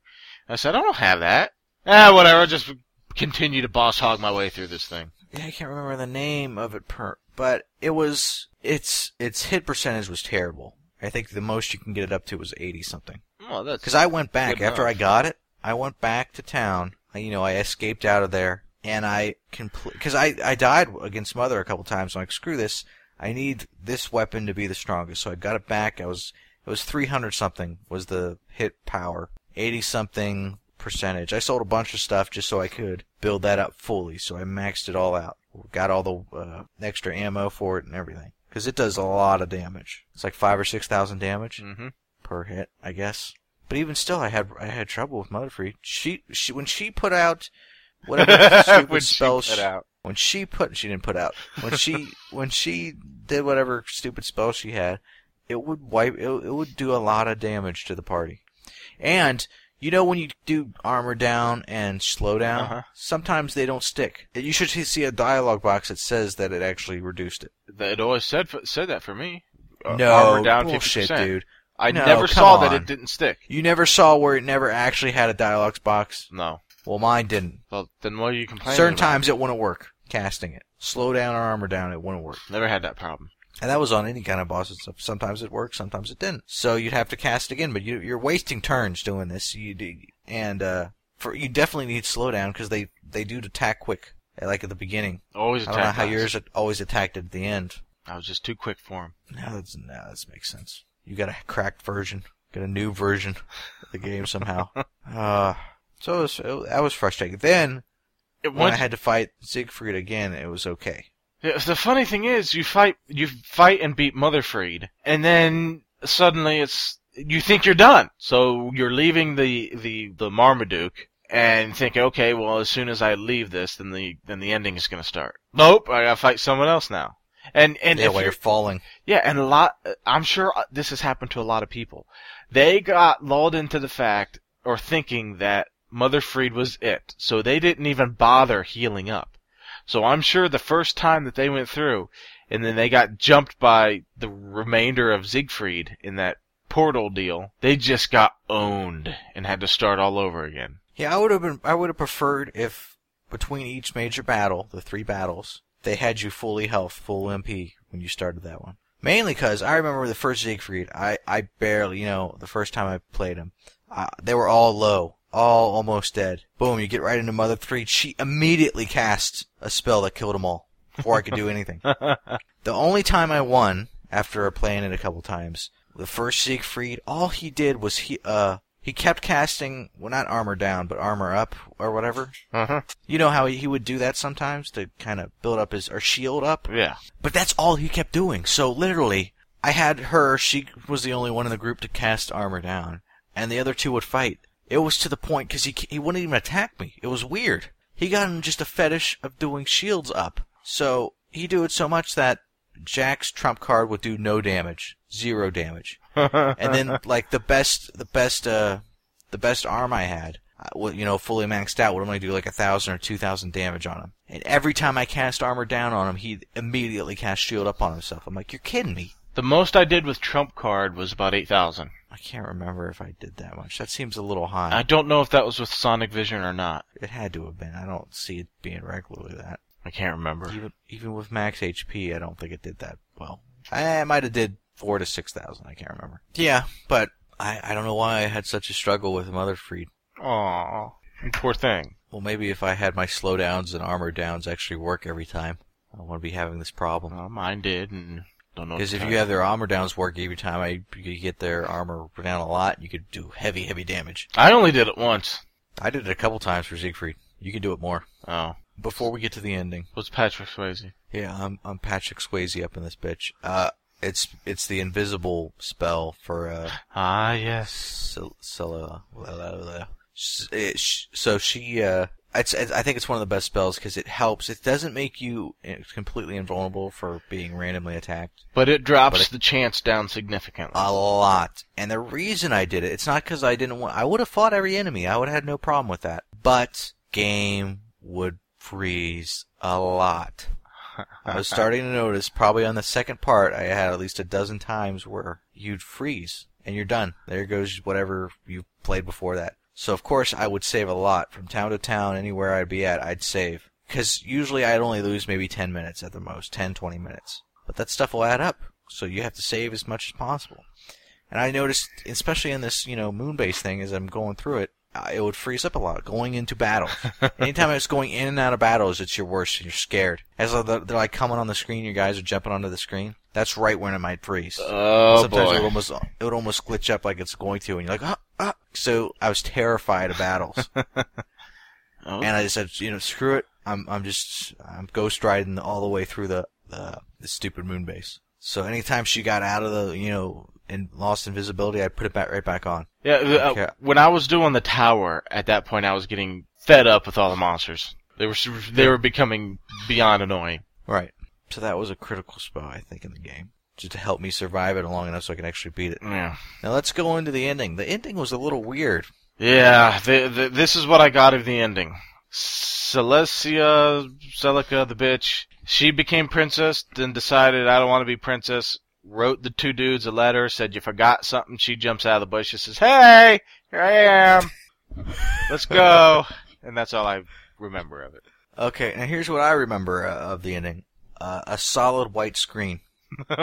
[SPEAKER 1] i said i don't have that ah whatever I'll just continue to boss hog my way through this thing
[SPEAKER 2] Yeah, I can't remember the name of it per, but it was its its hit percentage was terrible. I think the most you can get it up to was eighty something.
[SPEAKER 1] well that's
[SPEAKER 2] Because I went back
[SPEAKER 1] Good
[SPEAKER 2] after
[SPEAKER 1] enough.
[SPEAKER 2] I got it. I went back to town. I, you know, I escaped out of there, and I complete because I I died against Mother a couple times. I'm like, screw this. I need this weapon to be the strongest. So I got it back. I was it was three hundred something was the hit power, eighty something percentage. I sold a bunch of stuff just so I could build that up fully. So I maxed it all out. Got all the uh, extra ammo for it and everything because it does a lot of damage. It's like five or six thousand damage
[SPEAKER 1] hmm
[SPEAKER 2] per hit, I guess. But even still, I had I had trouble with Motherfree. She she when she put out whatever stupid spell she,
[SPEAKER 1] out
[SPEAKER 2] when she put she didn't put out when she when she did whatever stupid spell she had, it would wipe it, it would do a lot of damage to the party. And you know when you do armor down and slow down,
[SPEAKER 1] Uh-huh.
[SPEAKER 2] sometimes they don't stick. You should see a dialogue box that says that it actually reduced it.
[SPEAKER 1] it always said said that for me Uh,
[SPEAKER 2] no
[SPEAKER 1] armor down
[SPEAKER 2] bullshit,
[SPEAKER 1] 50%.
[SPEAKER 2] dude.
[SPEAKER 1] i
[SPEAKER 2] No,
[SPEAKER 1] never
[SPEAKER 2] come
[SPEAKER 1] saw that
[SPEAKER 2] on.
[SPEAKER 1] it didn't stick
[SPEAKER 2] You never saw where it never actually had a dialogue box.
[SPEAKER 1] no
[SPEAKER 2] Well, mine didn't.
[SPEAKER 1] Well, then what are you complaining
[SPEAKER 2] Certain
[SPEAKER 1] about?
[SPEAKER 2] times it wouldn't work. Casting it, slow down or armor down, it wouldn't work.
[SPEAKER 1] Never had that problem.
[SPEAKER 2] And that was on any kind of boss and stuff. Sometimes it worked, sometimes it didn't. So you'd have to cast again, but you, you're wasting turns doing this. You do, and uh, for you definitely need slow down because they they do attack quick, like at the beginning.
[SPEAKER 1] Always
[SPEAKER 2] I
[SPEAKER 1] attack.
[SPEAKER 2] don't know how
[SPEAKER 1] last.
[SPEAKER 2] yours always attacked at the end.
[SPEAKER 1] I was just too quick for him.
[SPEAKER 2] No, that's no, that makes sense. You got a cracked version, got a new version of the game somehow. uh, so it was, it, that was frustrating. Then
[SPEAKER 1] It
[SPEAKER 2] when I
[SPEAKER 1] once,
[SPEAKER 2] had to fight Siegfried again, it was okay.
[SPEAKER 1] The the funny thing is, you fight, you fight and beat Motherfreed, and then suddenly it's you think you're done. So you're leaving the the the Marmaduke and think, okay, well, as soon as I leave this, then the then the ending is going to start. Nope, I got to fight someone else now. And and
[SPEAKER 2] yeah,
[SPEAKER 1] if
[SPEAKER 2] while
[SPEAKER 1] you're
[SPEAKER 2] you're falling.
[SPEAKER 1] yeah, and a lot. I'm sure uh, this has happened to a lot of people. They got lulled into the fact or thinking that Mother Freed was it, so they didn't even bother healing up. So I'm sure the first time that they went through, and then they got jumped by the remainder of Siegfried in that portal deal, they just got owned and had to start all over again.
[SPEAKER 2] Yeah, I would have been. I would have preferred if between each major battle, the three battles, they had you fully health, full MP when you started that one. Mainly because I remember the first Siegfried. I I barely, you know, the first time I played him, uh, they were all low, all almost dead. Boom, you get right into Mother Three. She immediately casts a spell that killed them all before I could do anything. The only time I won after playing it a couple times, the first Siegfried, all he did was he uh he kept casting well not armor down but armor up or whatever.
[SPEAKER 1] Uh-huh.
[SPEAKER 2] You know how he would do that sometimes to kind of build up his or shield up.
[SPEAKER 1] Yeah.
[SPEAKER 2] But that's all he kept doing. So literally, I had her. She was the only one in the group to cast armor down, and the other two would fight. It was to the point because he c- he wouldn't even attack me. It was weird. He got in just a fetish of doing shields up. So he do it so much that Jack's trump card would do no damage, zero damage. and then like the best, the best, uh, the best arm I had, I would- you know, fully maxed out would only do like a thousand or two thousand damage on him. And every time I cast armor down on him, he immediately cast shield up on himself. I'm like, you're kidding me.
[SPEAKER 1] The most I did with Trump card was about eight thousand.
[SPEAKER 2] I can't remember if I did that much. That seems a little
[SPEAKER 1] I
[SPEAKER 2] high.
[SPEAKER 1] don't know if that was with Sonic Vision or not.
[SPEAKER 2] It had to have been. I don't see it being regularly that.
[SPEAKER 1] I can't remember.
[SPEAKER 2] Even even with max HP, I don't think it did that well. I, I might have did four to six thousand. I can't remember. Yeah, but I, I don't know why I had such a struggle with Mother Freed.
[SPEAKER 1] Aw, poor thing.
[SPEAKER 2] Well, maybe if I had my slowdowns and armor downs actually work every time, I wouldn't be having this problem.
[SPEAKER 1] Well, mine did, and don't know.
[SPEAKER 2] Because
[SPEAKER 1] what
[SPEAKER 2] if
[SPEAKER 1] to
[SPEAKER 2] you
[SPEAKER 1] tell
[SPEAKER 2] have their armor downs work every time, I you could get their armor down a lot. You could do heavy, heavy damage.
[SPEAKER 1] I only did it once.
[SPEAKER 2] I did it a couple times for Siegfried. You could do it more.
[SPEAKER 1] Oh,
[SPEAKER 2] Before we get to the ending,
[SPEAKER 1] was Patrick Swayze?
[SPEAKER 2] Yeah, I'm I'm Patrick Swayze up in this bitch. Uh, it's it's the invisible spell for uh,
[SPEAKER 1] Ah, yes.
[SPEAKER 2] Sil- Scylla. blah, blah, blah. S- it- sh- So she uh, it's, it's I think it's one of the best spells because it helps. It doesn't make you uh, completely invulnerable for being randomly attacked
[SPEAKER 1] But it drops
[SPEAKER 2] But it- Ah,
[SPEAKER 1] the chance down significantly.
[SPEAKER 2] a lot. And the reason I did it, it's not because I didn't want. I would have fought every enemy. I would have had no problem with that. But game would freeze a lot. I was starting to notice probably on the second part I had at least a dozen times where you'd freeze and you're done. There goes whatever you played before that. So of course I would save a lot from town to town anywhere I'd be at I'd save cuz usually I'd only lose maybe 10 minutes at the most, 10 20 minutes. But that stuff will add up. So you have to save as much as possible. And I noticed, especially in this, you know, moon base thing, as I'm going through it, uh, it would freeze up a lot going into battle. Anytime it's going in and out of battles, it's your worst. and You're scared. As though they're they're, like coming on the screen, you guys are jumping onto the screen. That's right when it might freeze.
[SPEAKER 1] oh
[SPEAKER 2] Sometimes
[SPEAKER 1] boy.
[SPEAKER 2] it would almost it would almost glitch up like it's going to, and you're like, ah, ah. So I was terrified of battles,
[SPEAKER 1] Oh,
[SPEAKER 2] and I just said, you know, screw it. I'm I'm just I'm ghost riding all the way through the the, the stupid moon base. So anytime she got out of the you know and lost invisibility, I put it back right back on.
[SPEAKER 1] yeah, uh,
[SPEAKER 2] okay.
[SPEAKER 1] When I was doing the tower, at that point, I was getting fed up with all the monsters. They were s- they were becoming beyond annoying.
[SPEAKER 2] Right. So that was a critical spell, I think, in the game. Just to help me survive it long enough so I can actually beat it.
[SPEAKER 1] Yeah.
[SPEAKER 2] Now let's go into the ending. The ending was a little weird.
[SPEAKER 1] Yeah, the, the, this is what I got of the ending. Celestia, Celica, the bitch, she became princess, then decided I don't want to be princess, wrote the two dudes a letter, said you forgot something, she jumps out of the bush, she says, hey, here I am, let's go, and that's all I remember of it.
[SPEAKER 2] Okay, now here's what I remember uh, of the ending. Uh, a solid white screen.
[SPEAKER 1] you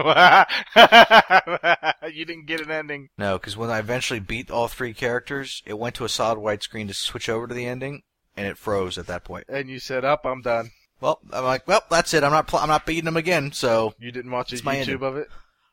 [SPEAKER 1] didn't get an ending.
[SPEAKER 2] No, because when I eventually beat all three characters, it went to a solid white screen to switch over to the ending, and it froze at that point.
[SPEAKER 1] And you said, up, I'm done.
[SPEAKER 2] Well, I'm like, well, that's it. I'm not, pl- I'm not beating them again. So
[SPEAKER 1] You didn't watch a
[SPEAKER 2] It's my
[SPEAKER 1] YouTube
[SPEAKER 2] ending.
[SPEAKER 1] of it?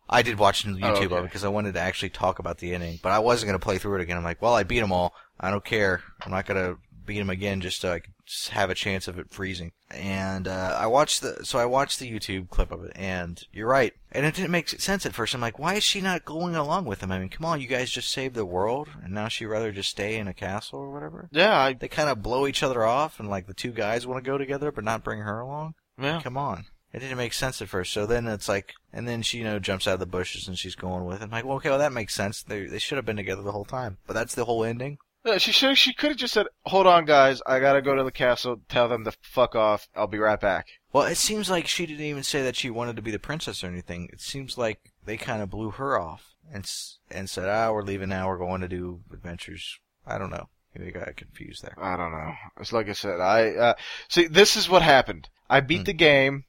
[SPEAKER 2] I did watch on YouTube
[SPEAKER 1] okay.
[SPEAKER 2] of it because I wanted to actually talk about the ending, but I wasn't going to play through it again. I'm like, well, I beat them all. I don't care. I'm not going to beat him again just so I could s- have a chance of it freezing. And uh, I watched the so I watched the YouTube clip of it, and you're right. And it didn't make sense at first. I'm like, why is she not going along with him? I mean, come on, you guys just saved the world, and now she'd rather just stay in a castle or whatever.
[SPEAKER 1] Yeah, I,
[SPEAKER 2] They kind of blow each other off, and like the two guys want to go together, but not bring her along.
[SPEAKER 1] yeah.
[SPEAKER 2] Come on. It didn't make sense at first. So then it's like, and then she, you know, jumps out of the bushes and she's going with him. Like, well, okay, well, that makes sense. They, they should have been together the whole time. But that's the whole ending.
[SPEAKER 1] Yeah, she should. She could have just said, "Hold on, guys, I gotta go to the castle. Tell them to fuck off. I'll be right back."
[SPEAKER 2] Well, it seems like she didn't even say that she wanted to be the princess or anything. It seems like they kind of blew her off and s- and said, ah, we're leaving now. We're going to do adventures. I don't know. Maybe I got confused there.
[SPEAKER 1] I don't know. It's like I said. I uh, see. This is what happened. I beat the game.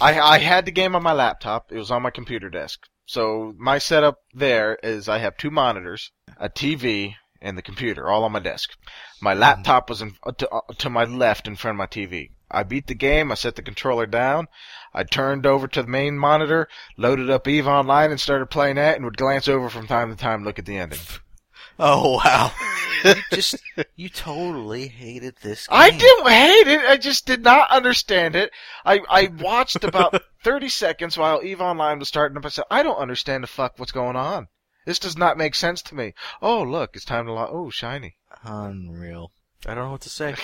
[SPEAKER 1] I I had the game on my laptop. It was on my computer desk. So my setup there is I have two monitors, a TV, and the computer, all on my desk. My laptop was in, uh, to, uh, to my left in front of my TV. I beat the game. I set the controller down. I turned over to the main monitor, loaded up Eve Online, and started playing that. And would glance over from time to time, look at the ending.
[SPEAKER 2] Oh, wow. you just, you totally hated this game.
[SPEAKER 1] I didn't hate it. I just did not understand it. I, I watched about 30 seconds while Eve Online was starting up. I said, I don't understand the fuck what's going on. This does not make sense to me. Oh, look, it's time to lock. Oh, shiny.
[SPEAKER 2] Unreal. I don't know what to say.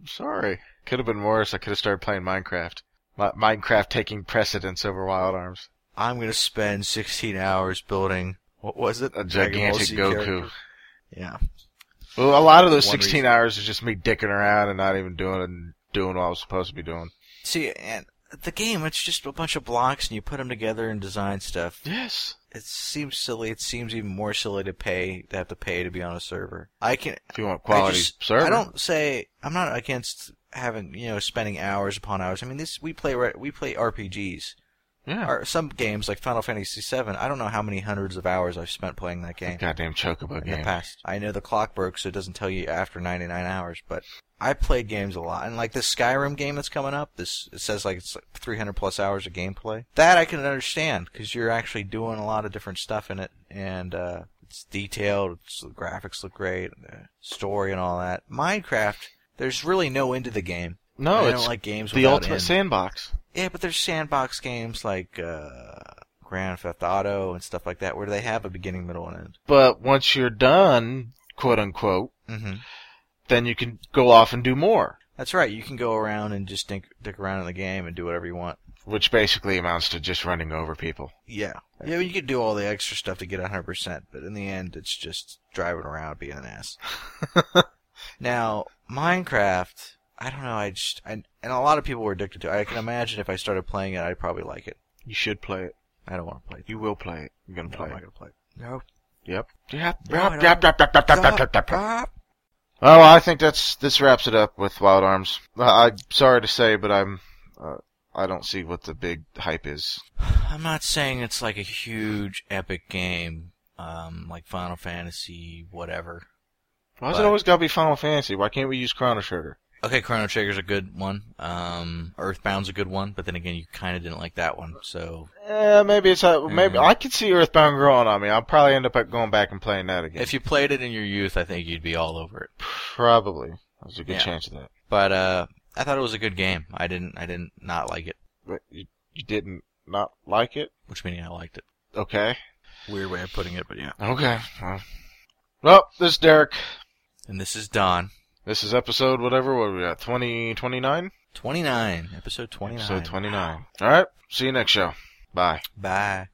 [SPEAKER 1] I'm sorry. Could have been worse. I could have started playing Minecraft. Mi- Minecraft taking precedence over Wild Arms.
[SPEAKER 2] I'm going to spend 16 hours building. What was it?
[SPEAKER 1] A
[SPEAKER 2] Dragon Ball
[SPEAKER 1] gigantic
[SPEAKER 2] Z
[SPEAKER 1] Goku.
[SPEAKER 2] character. Yeah.
[SPEAKER 1] Well, a lot of those
[SPEAKER 2] One
[SPEAKER 1] 16
[SPEAKER 2] reason.
[SPEAKER 1] hours is just me dicking around and not even doing and doing what I was supposed to be doing.
[SPEAKER 2] See, and the game, it's just a bunch of blocks and you put them together and design stuff.
[SPEAKER 1] Yes.
[SPEAKER 2] It seems silly. It seems even more silly to pay, to have to pay to be on a server. I can,
[SPEAKER 1] If you want quality
[SPEAKER 2] I just,
[SPEAKER 1] server.
[SPEAKER 2] I don't say I'm not against having you know spending hours upon hours. I mean, this we play re- we play RPGs.
[SPEAKER 1] Yeah.
[SPEAKER 2] Or some games like Final Fantasy VII. I don't know how many hundreds of hours I've spent playing that game
[SPEAKER 1] Goddamn chocobo
[SPEAKER 2] in the
[SPEAKER 1] game.
[SPEAKER 2] past. I know the clock broke, so it doesn't tell you after 99 hours, but I played games a lot. And like this Skyrim game that's coming up, this it says like it's like 300 plus hours of gameplay. That I can understand because you're actually doing a lot of different stuff in it, and uh, it's detailed. It's, the graphics look great, and the story and all that. Minecraft, there's really no end to the game.
[SPEAKER 1] No,
[SPEAKER 2] I
[SPEAKER 1] it's
[SPEAKER 2] don't like games
[SPEAKER 1] the
[SPEAKER 2] without
[SPEAKER 1] ultimate
[SPEAKER 2] end.
[SPEAKER 1] sandbox.
[SPEAKER 2] Yeah, but there's sandbox games like uh, Grand Theft Auto and stuff like that where they have a beginning, middle, and end.
[SPEAKER 1] But once you're done, quote unquote,
[SPEAKER 2] Mm-hmm.
[SPEAKER 1] then you can go off and do more,
[SPEAKER 2] That's right. You can go around and just dink, dick around in the game and do whatever you want.
[SPEAKER 1] which basically amounts to just running over people.
[SPEAKER 2] Yeah. Yeah, well, you could do all the extra stuff to get 100%, but in the end, it's just driving around being an ass. now, Minecraft, I don't know, I just, I, and a lot of people were addicted to it. I can imagine if I started playing it, I'd probably like it.
[SPEAKER 1] You should play it.
[SPEAKER 2] I don't want to play it.
[SPEAKER 1] You will play it. You're gonna
[SPEAKER 2] No,
[SPEAKER 1] play
[SPEAKER 2] I'm not
[SPEAKER 1] it.
[SPEAKER 2] going to play it. No.
[SPEAKER 1] Oh Yep. You have-
[SPEAKER 2] No, I don't.
[SPEAKER 1] Yep, yep, yep, yep, yep, yep, yep, yep, yep.
[SPEAKER 2] Stop.
[SPEAKER 1] Oh, well, I think that's this wraps it up with Wild Arms. Uh, I'm sorry to say, but I'm uh, I don't see what the big hype is.
[SPEAKER 2] I'm not saying it's like a huge epic game, um, like Final Fantasy, whatever.
[SPEAKER 1] Why does it
[SPEAKER 2] But-
[SPEAKER 1] always gotta be Final Fantasy? Why can't we use Chrono Trigger?
[SPEAKER 2] Okay, Chrono Trigger's a good one. Um, Earthbound's a good one, but then again, you kind of didn't like that one. So
[SPEAKER 1] Eh, maybe it's uh, maybe
[SPEAKER 2] Mhm.
[SPEAKER 1] I could see Earthbound growing on me. I'll probably end up going back and playing that again.
[SPEAKER 2] if you played it in your youth, I think you'd be all over it.
[SPEAKER 1] Probably. There's a good
[SPEAKER 2] Yeah.
[SPEAKER 1] chance of that.
[SPEAKER 2] But uh, I thought it was a good game. I didn't, I didn't not like it,
[SPEAKER 1] But you, you didn't not like it?
[SPEAKER 2] which meaning I liked it.
[SPEAKER 1] Okay.
[SPEAKER 2] Weird way of putting it, but yeah.
[SPEAKER 1] Okay. Well, well this is Derek.
[SPEAKER 2] And this is Don,
[SPEAKER 1] This is episode whatever. What are we at? 20, 29?
[SPEAKER 2] twenty nine, episode twenty nine.
[SPEAKER 1] Episode 29. All right. See you next show. Bye.
[SPEAKER 2] Bye.